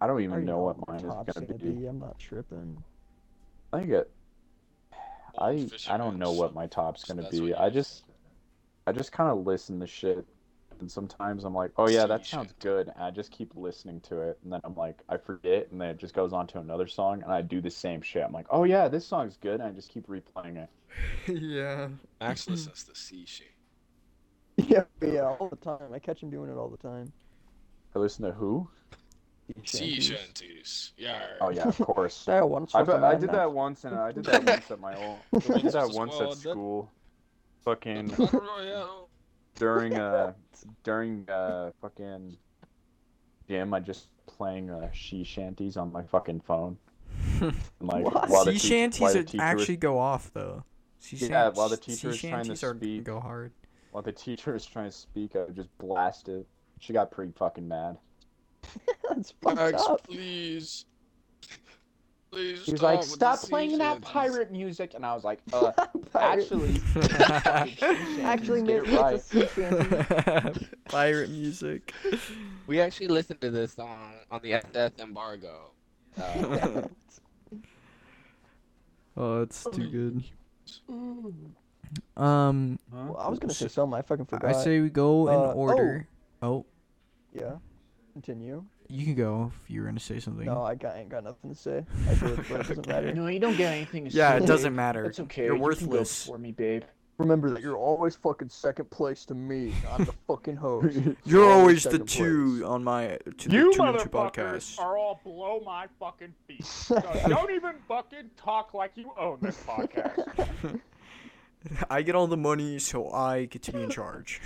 I don't
I
even
already
know what
what
mine is
top's
gonna
gonna
be.
I'm not
(laughs)
tripping.
I think it. I
Fisher
I don't know
Rats.
what my top's gonna
That's
be.
what
I
you-
just I just kind of listen to shit, and sometimes I'm like, oh yeah, that
See
sounds good, and I just keep listening to it, and then I'm like, I forget, and then it just goes on to another song, and I do the same shit. I'm like, oh yeah, this song's good, and I just keep replaying it.
yeah.
Max
Mm-hmm.
listens to C shit.
Yeah, yeah, all the time. I catch him doing it all the time.
I listen to who?
Sea shanties. Yeah.
Oh yeah, of
(laughs)
course.
There once.
I, bet- I did that once, and I did that once at my old. I did that
Just
once
well
at
done.
school.
(laughs)
Fucking
Battle Royale.
during uh during uh fucking gym, I just playing uh she shanties on my fucking phone. And, like
What?
while the
sea
teach-
shanties
while the
are-
teacher
actually
is,
go off though. Sea
Yeah,
shan-
while the
sea
teacher is trying to
shanties are
speak. (laughs)
go hard. (laughs)
while the teacher was trying to speak, I would just blast it. She got pretty fucking mad.
(laughs) That's fucked
Max,
up. (laughs)
please. Please.
She was like,
with the
"Stop
sea
playing that
shanties."
pirate music," and I was like, "Uh, (laughs) actually,
actually,
Actually,
maybe
get
it's
it
a
right."
sea
(laughs)
shanty.
Pirate music.
We actually listened to this song on the death embargo. Uh,
Oh, it's too good. Um,
Well, I was gonna say something. I fucking forgot.
I say we go in
Uh, oh.
order. oh,
Yeah. Continue.
you can go if you were gonna say something.
No, I got, ain't got nothing to say. I did, but it
(laughs)
doesn't matter.
No, you don't get anything.
Yeah, it doesn't matter.
It's okay.
You're
you can go
worthless.
for me, babe.
Remember that you're always fucking second place to me. I'm the fucking
(laughs)
host.
You're always the
second place.
two on my to the two and two podcast.
are all below my fucking feet. So don't even fucking talk like you own this podcast.
I get all the money, so I get to be in charge.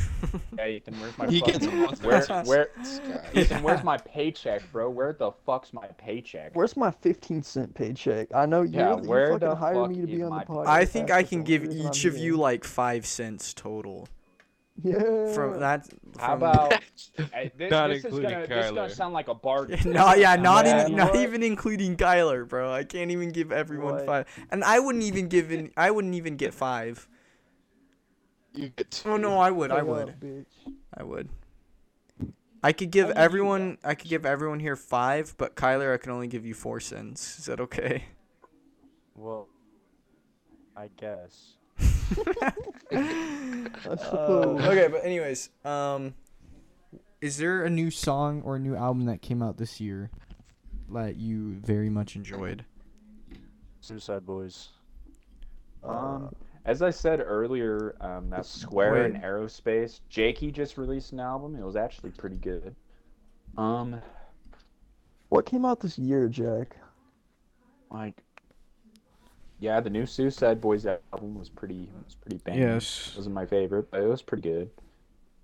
Yeah, Ethan, where's my
He
fucking...
gets lost.
(laughs)
where, where,
Sky.
Ethan, where's my paycheck, bro? Where the fuck's my paycheck?
(laughs) Where's my 15 cent paycheck? I know you're,
Yeah,
you
where
fucking
the
hired
fuck
me to
is
be on the
my-
podcast.
I think I
That's
can
the
give
reason I'm
each of
here.
you like five cents total
Yeah.
(laughs) from that.
How
from-
about Hey, this,
Not
this is
including
gonna this is gonna
Kyler.
sound like a bargain.
No, yeah, (laughs) not
Yeah,
in,
you
not
know
even including Kyler, bro. I can't even give everyone
Right.
five, and I wouldn't even give in. I wouldn't even get five.
(laughs) You get two.
Oh no, I would, I
Shut
would.
up, bitch.
I would. I could give
Only you
everyone. I could give everyone here five, but Kyler, I can only give you four cents. Is that okay?
(laughs) Well, I guess.
I suppose.
okay, but anyways, um, is there a new song or a new album that came out this year that you very much enjoyed?
Suicide Boys.
Um, as I said earlier, um, that Square
Wait.
and Aerospace, Jakey just released an album. It was actually pretty good. Um,
What came out this year, Jack?
like, yeah, the new Suicide Boys album was pretty was pretty banging.
Yes.
wasn't my favorite, but it was pretty good.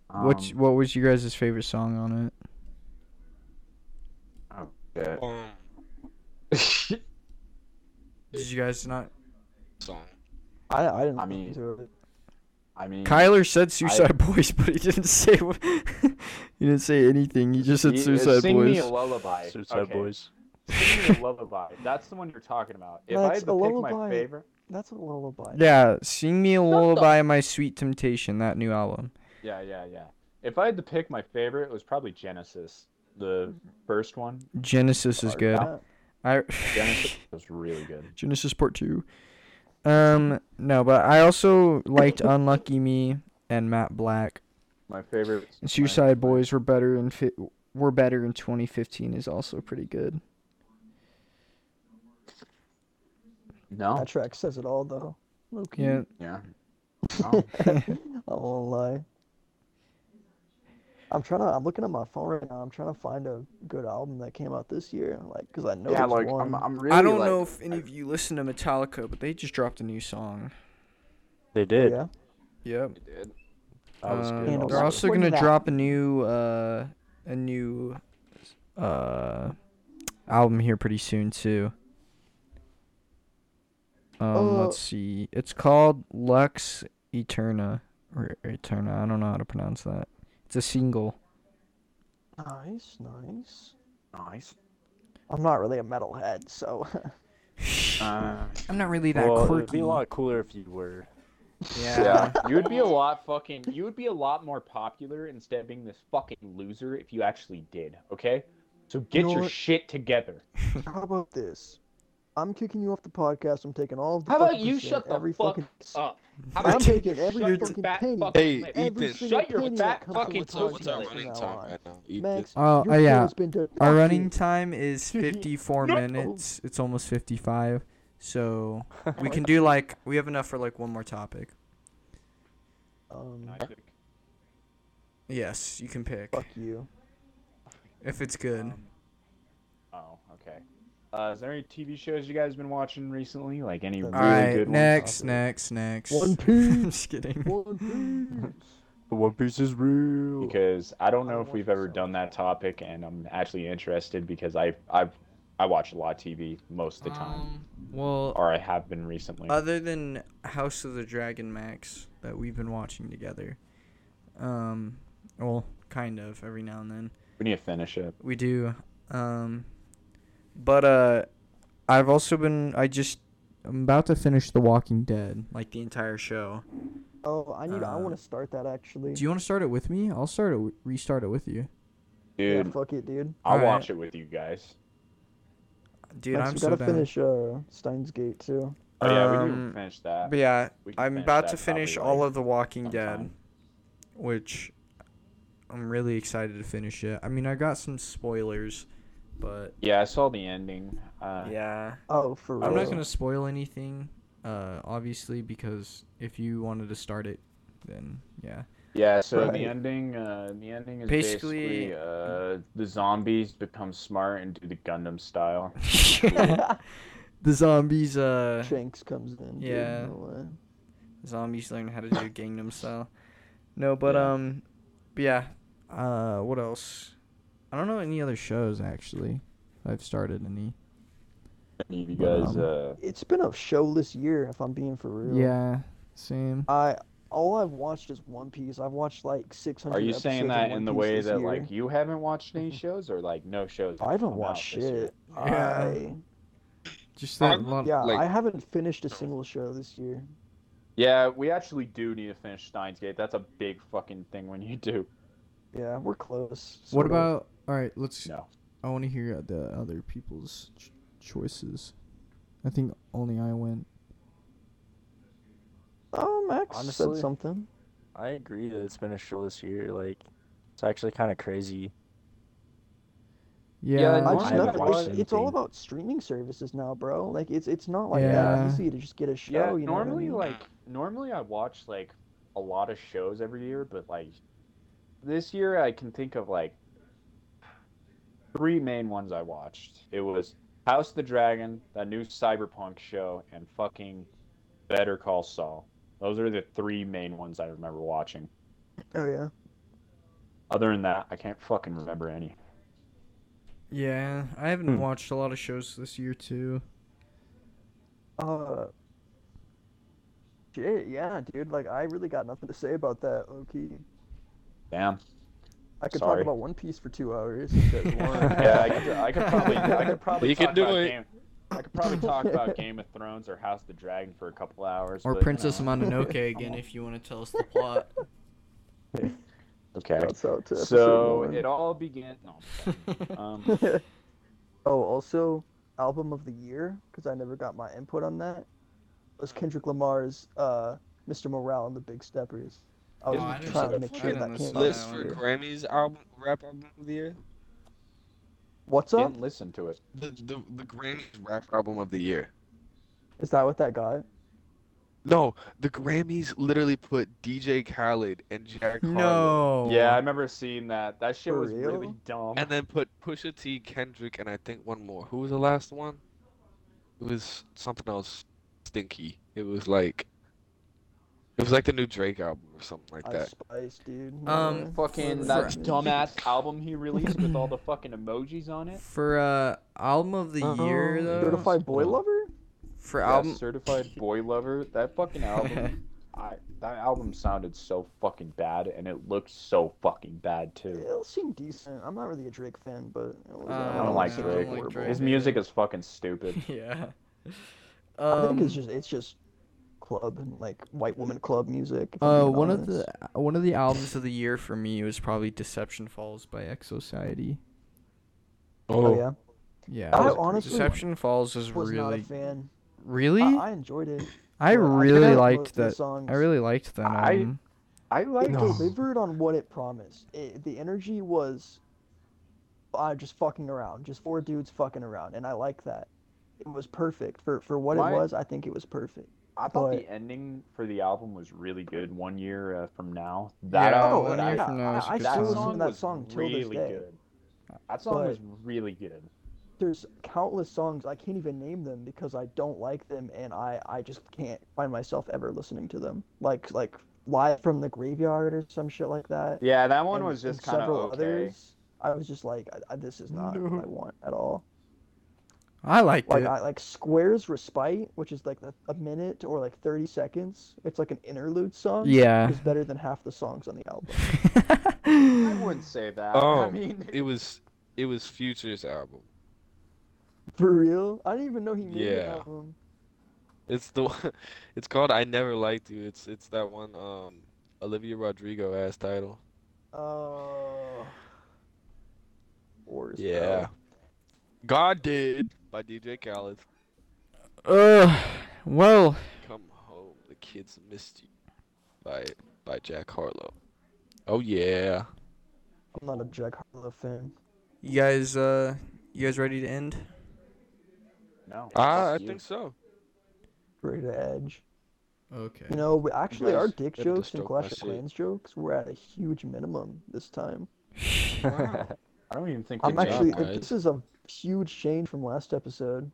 Um,
What What was your guys' favorite song on it?
yeah.
Um,
Did you guys not?
song.
I, I didn't.
I
listen
mean-
to it.
I mean,
Kyler said
(laughs)
Suicide Boys, but he didn't say. what- (laughs) he didn't say anything. He just said
y- uh,
Suicide
sing
Boys.
me a lullaby.
Suicide
Okay,
Boys.
Sing me a lullaby. That's the one you're talking about. If I
That's
had to
a
pick my
lullaby.
favorite,
That's a lullaby.
Yeah, sing me a lullaby, my sweet temptation. That new album.
yeah, yeah, yeah. If I had to pick my favorite, it was probably Genesis, the first one.
Genesis is good.
Yeah.
I (laughs)
Genesis was really good.
Genesis Part Two. Um, no, but I also liked Unlucky Me and Matt Black.
My favorite.
And Suicide Boys were better in fi- were better in 2015 is also pretty good.
No.
That track says it all, though. Loki.
Yeah.
Yeah.
I won't lie. I'm trying to. I'm looking at my phone right now. I'm trying to find a good album that came out this year, like, cause I know there's one.
really.
I don't know if any of you listen to Metallica, but they just dropped a new song.
They did.
Yeah.
Yep.
That was
Um,
good.
And
they're
also.
what-
also
what is
gonna
that?
drop a new uh a new uh album here pretty soon too. Um,
Uh, Oh.
let's see. It's called Lux Eterna. Or Eterna. I don't know how to pronounce that. It's a single.
Nice, nice.
Nice.
I'm not really a metalhead, so (laughs)
Uh,
I'm not really that
Well, it'd
quirky.
be a lot cooler if you were.
Yeah.
yeah, you would be a lot fucking. You would be a lot more popular instead of being this fucking loser if you actually did. Okay, so get
know
your
what?
shit together.
how about this? I'm kicking you off the podcast. I'm taking all of the
How about
fucking
you
percent,
shut the
every
fuck
fucking
up? How
I'm
about you
taking every
shut your
fucking
fat
penny.
fucking
Hey,
lip?
Ethan,
every
shut
single
your
penny that
fat
comes to
fucking
the
mouth.
What's our
podcast from
running
now
time
on.
right now? Eat
Max,
this.
Oh,
your
uh, yeah.
has been to
Our
(laughs)
fuck
running
you.
time is 54 minutes. It's almost 55. So we can do like we have enough for like one more topic.
Um,
Yes, you can pick
fuck you.
if it's good.
Um, oh, okay. Uh, is there any TV shows you guys been watching recently? Like any
All
really
All right,
good
next,
topic.
next, next. (laughs)
One
I'm just kidding.
One Piece.
The One Piece is real.
ones? Because I don't know if
I've
we've
watched
ever
so
done that topic, and I'm actually interested because I I've I watch a lot of TV most of the time,
Um, well,
or I have been recently.
other than House of the Dragon Max that we've been watching together, um, well, kind of every now and then.
we need to finish it.
We do. Um, but uh, I've also been. I just. I'm about to finish The Walking Dead, like the entire show.
(laughs) Oh, I need. I
Uh,
want to start that actually.
Do you want to start it with me? I'll start it. w- Restart it with you,
Dude,
Yeah, fuck it, dude.
I'll
Alright.
watch it with you guys.
dude.
Max,
I'm
we
so
gotta
down.
finish uh, Steins Gate too.
Oh yeah, we
Um,
can finish that.
But yeah,
We can
I'm
finish
about
that
to finish
probably,
all
like,
of The Walking Dead,
sometime.
which I'm really excited to finish it. I mean, I got some spoilers, but
Yeah, I saw the ending. Uh,
yeah.
Oh, for real.
I'm not gonna spoil anything, uh, obviously, because if you wanted to start it, then yeah.
Yeah, so
Right.
the ending, uh, the ending is
Basically-
basically, uh, the zombies become smart and do the Gundam style.
(laughs) the zombies, uh,
Shanks comes in.
Yeah.
Dude, no way.
zombies learn how to do Gangnam style. No, but
Yeah.
um, but yeah. Uh, what else? I don't know any other shows actually. if I've started any.
Any of you guys,
Um,
uh,
It's been a showless year, if I'm being for real.
Yeah, same.
I all I've watched is One Piece. I've watched like 600.
are you
episodes
saying
of
that
One
in the
Piece
way
this
that
year.
like you haven't watched any shows or like no shows? have
I haven't
come
watched
out this year?
shit.
Yeah. Um, Just
I-
that lot.
yeah,
Like-
I haven't finished a single show this year.
Yeah, we actually do need to finish Steins Gate. That's a big fucking thing when
(laughs)
you do.
Yeah, we're close.
What
sort of.
about? All right, let's.
No.
I want to hear the other people's ch- choices. I think only I went.
Oh, Max said
Honestly?
something.
I agree that it's been a show this year. Like, it's actually kind of crazy.
Yeah,
like,
I
I
just
haven't
know that
watched
it's, it's all
anything.
about streaming services now, bro. Like it's it's not like
Yeah.
that easy to just get a show.
Yeah,
Oh, you know what I
normally
mean?
like normally I watch like a lot of shows every year, but like this year I can think of like three main ones I watched. It was House of the Dragon, that new cyberpunk show, and fucking Better Call Saul. Those are the three main ones I remember watching.
oh yeah.
Other than that, I can't fucking remember any.
yeah. I haven't
Hmm.
watched a lot of shows this year too.
Uh, shit, yeah, dude. Like, I really got nothing to say about that, Loki.
Damn.
I could
Sorry.
talk about One Piece for two hours. if
(laughs)
you guys want.
Yeah, I could, I could probably, I (laughs) could probably
You
talk
can do
about
it.
Game, I could probably talk about Game of Thrones or House of the Dragon for a couple hours.
Or
but, you
Princess
know.
(laughs)
Mononoke again, if you want to tell us the plot.
Okay.
(laughs) That's out to
So
episode
it all began.
(laughs)
No, um,
one. oh, also, album of the year because I never got my input on that was Kendrick Lamar's uh, "Mr. Morale and the Big Steppers." I was
Oh, I
trying
didn't-
to make sure
I
that
didn't
came out.
listen to that
List
one.
for
here.
Grammys album rap album of the year.
What's up?
didn't listen to it.
The the the Grammys rap album of the year.
Is that what that got?
No, the Grammys literally put DJ Khaled and Jack Harlow,
no.
Yeah, I remember seeing that. That shit
Oh. For
was
real?
really dumb.
and then put Pusha T, Kendrick, and I think one more. Who was the last one? It was something else stinky. It was like it was like the new Drake album or something like
Ice
that.
Spice, dude.
Um,
way.
fucking
For-
that
for-
dumbass album he released with all the fucking emojis on it.
For uh, album of the year
Oh.
though.
certified boy lover.
For
Yeah,
album.
(laughs)
certified boy lover. That fucking album. I That album sounded so fucking bad, and it looked so fucking bad too.
It seemed decent. I'm not really a Drake fan, but it was,
Uh,
uh,
I don't like
I don't
Drake.
like Drake.
His music is
(laughs)
fucking stupid.
(laughs) yeah.
I think
Um,
it's just it's just club and like white woman club music. if I'm
uh,
being
one of the
honest.
one of the albums of the year for me was probably Deception Falls by X Society.
oh yeah,
Yeah,
I
it was-
honestly
Deception Falls is
was not a
really,
fan.
really.
I,
I,
I enjoyed it. but
really
couldn't
liked
most of the
that.
Songs.
I really liked that
I-
album.
I like
it
No.
delivered on what it promised. It, the energy was uh, just fucking around, just four dudes fucking around, and I like that. It was perfect for for what
My-
it was. I think it was perfect.
I thought
But-
the ending for the album was really good. One year uh, from now, that album,
one
that
year
I-
from now is a
I-
good
that
song.
song
That
was
song till this
really
day.
good. That song
But-
was really good.
There's countless songs I can't even name them because I don't like them, and I I just can't find myself ever listening to them. Like like live from the graveyard or some shit like that.
Yeah, that one
and-
was
and
just kind of
several
okay.
others. I was just like, I, I, this is not what I want at all.
I liked
like
it.
I, like squares respite which is like a, a minute or like 30 seconds it's like an interlude song
yeah.
is
(laughs)
better than half the songs on the album
I wouldn't say that. I
Oh.
mean, (laughs)
It was it was Future's album.
for real i didn't even know he made an
Yeah.
album
It's the one- (laughs) it's called I Never Liked You. It's it's that one um Olivia Rodrigo ass title.
oh Wars, bro.
Yeah. God did by DJ Khaled.
Ugh. Well,
Come home, the kids missed you by by Jack Harlow. Oh yeah.
i'm not a jack harlow fan
you guys, uh, you guys ready to end?
no.
Ah, I
fuck you.
think so.
great edge
Okay. (sighs)
you know we actually our
guys
dick
better
jokes and
stroke my
clash of
shit.
clans jokes were at a huge minimum this time
(laughs)
I don't even think.
i'm
they made
actually
one.
this is a huge change from last episode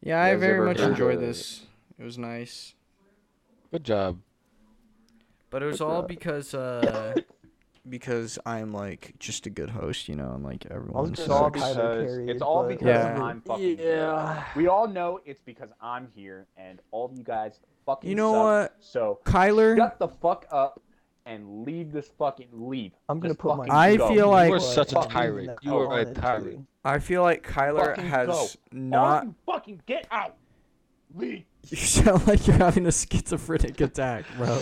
Yeah, I
guys
very
ever
much
heard
enjoyed
the-
this. It was nice,
Good (laughs) job.
but it was all because uh, (laughs) because I'm like just a good host, you know, and like everyone.
gonna
It's all
Tyler
because,
Perry,
it's all
but-
because
Yeah.
I'm fucking here. We all know it's because I'm here, and all of you guys fucking.
You know
suck,
what?
So
Kyler,
shut the fuck up and leave this fucking leave.
i'm gonna
Just
put my
fucking
I
go.
feel
You
like-
are such a
Fucking
tyrant. You
are
are a tyrant.
I feel like Kyler
Fucking
has
go.
not.
Arden, fucking get out. Leave.
(laughs) You sound like you're having a schizophrenic attack, bro.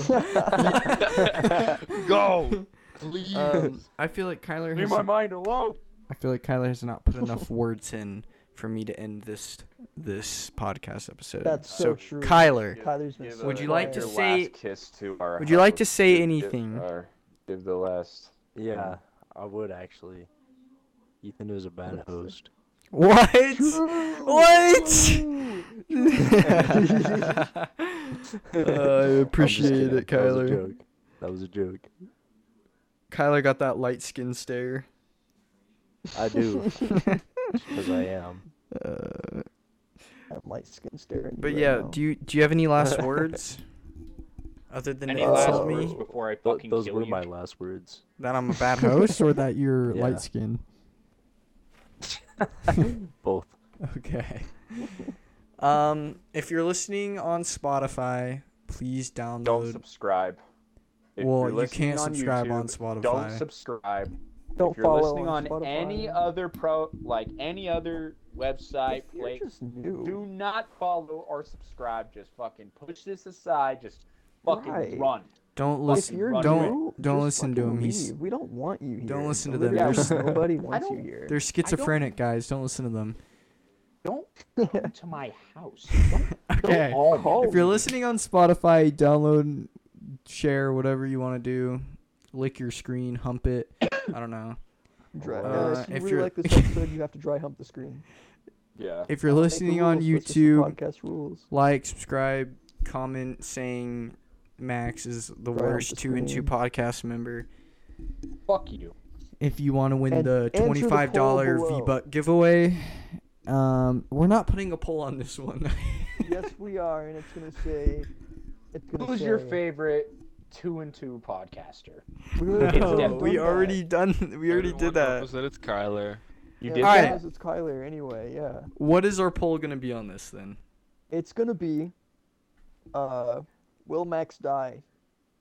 Go. Please.
um, (laughs) I feel like Kyler
Leave
has.
my mind alone.
I feel like Kyler has not put enough words in for me to end this this podcast episode.
That's so true.
Kyler,
Tyler's been
Give
so
Would you
uh,
like to
your
quiet.
say-
last kiss to our
would you like to
host.
say
Give-
anything?
Give, our- give the last.
Yeah,
Um,
I would actually. Ethan is a bad host.
what? What? (laughs) (laughs) I appreciate it,
That was a
Kyler.
joke. That was a joke.
Kyler got that light skin stare. (laughs)
I do. Because I am.
Uh,
I'm light skin staring.
but yeah, do you do you have any last words? Other than
Any
to
last
insult
words
me
before I
Th-
fucking
those
kill
were
you?
my last words.
that I'm a bad host or that (laughs) you're
Yeah.
light skinned?
Both.
Okay. Um, if you're listening on Spotify, please download.
Don't subscribe. If
Well,
you're
you
listening
can't
on
subscribe on
YouTube,
Spotify.
Don't subscribe.
Don't
if you're
follow
listening on,
on Spotify.
any other pro, like any other website,
If you're
play,
just new.
do not follow or subscribe. Just fucking push this aside. Just fucking
Right.
run.
(laughs)
Don't
if
listen.
you're
run
don't
away.
new,
don't
just
listen to
fucking
him. He's
leave. We don't want you here.
Don't listen to them.
Literally,
They're- (laughs)
Nobody
I
wants you
don't-
here.
they're schizophrenic, guys. Don't listen to them.
Don't come to my house.
Okay. If you're listening on Spotify, download, share, whatever you want to do. Lick your screen, hump it. I don't know.
Dry-
Uh,
Guys, if you
if
really
you're-
like this
(laughs)
episode, you have to dry hump the screen.
Yeah.
If you're
Make the
listening on
rules, that's just the
YouTube,
podcast rules.
like, subscribe, comment saying Max is the
Right off
worst
the
two and two
screen.
podcast member.
Fuck you.
If you want to win
And
the
answer the poll
twenty five dollar
below.
V Buck giveaway, um, we're not putting a poll on this one. (laughs)
yes, we are, and it's gonna say. It's gonna
Who's your
say-
favorite two and two podcaster?
We, already
No,
done
Oh, we
that.
already done. (laughs) We already
Everyone
did that.
knows that it's Kyler.
You
Yeah,
did
Alright.
that
that.
was- It's Kyler anyway. Yeah,
What is our poll gonna be on this then?
it's gonna be. Uh, Will Max die?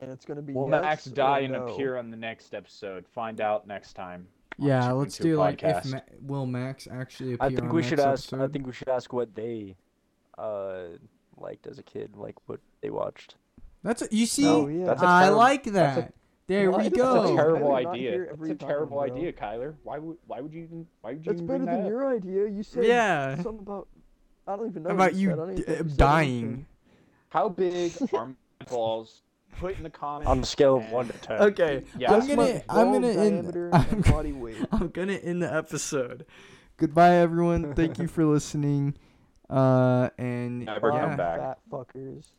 And it's gonna be
Will
yes
Max
or
die and
no.
appear on the next episode? Find out next time. on
Yeah,
Two
let's
and Two
do like if
podcast.
Ma- will Max actually appear
I think
on
we
next
should ask. I
episode?
think we should ask what they, uh, liked as a kid, like what they watched.
that's a, you see.
No,
yeah.
that's a
I
terrible-
like
that's a-
that. there
What?
we
That's
That's a
Oh,
go.
terrible
I did not hear
idea. That's
every
a
time,
terrible
bro.
idea, Kyler. Why would why would you even why would you
That's
even
better
bring
than
that up?
your idea. You said
Yeah.
something about I don't even know
How
what
about
you, said. I
you
don't even
d- uh,
think you said
dying?
anything.
How big
(laughs)
are my balls? Put in the comments.
On a scale of one to ten.
Okay,
Yeah.
I'm
That's
gonna,
my
I'm
ball
gonna
diameter
end. (laughs) I'm,
and body weight.
I'm gonna end the episode. Goodbye, (laughs) everyone. Thank you for listening. Uh, and
Never
yeah.
come back.
Fat fuckers.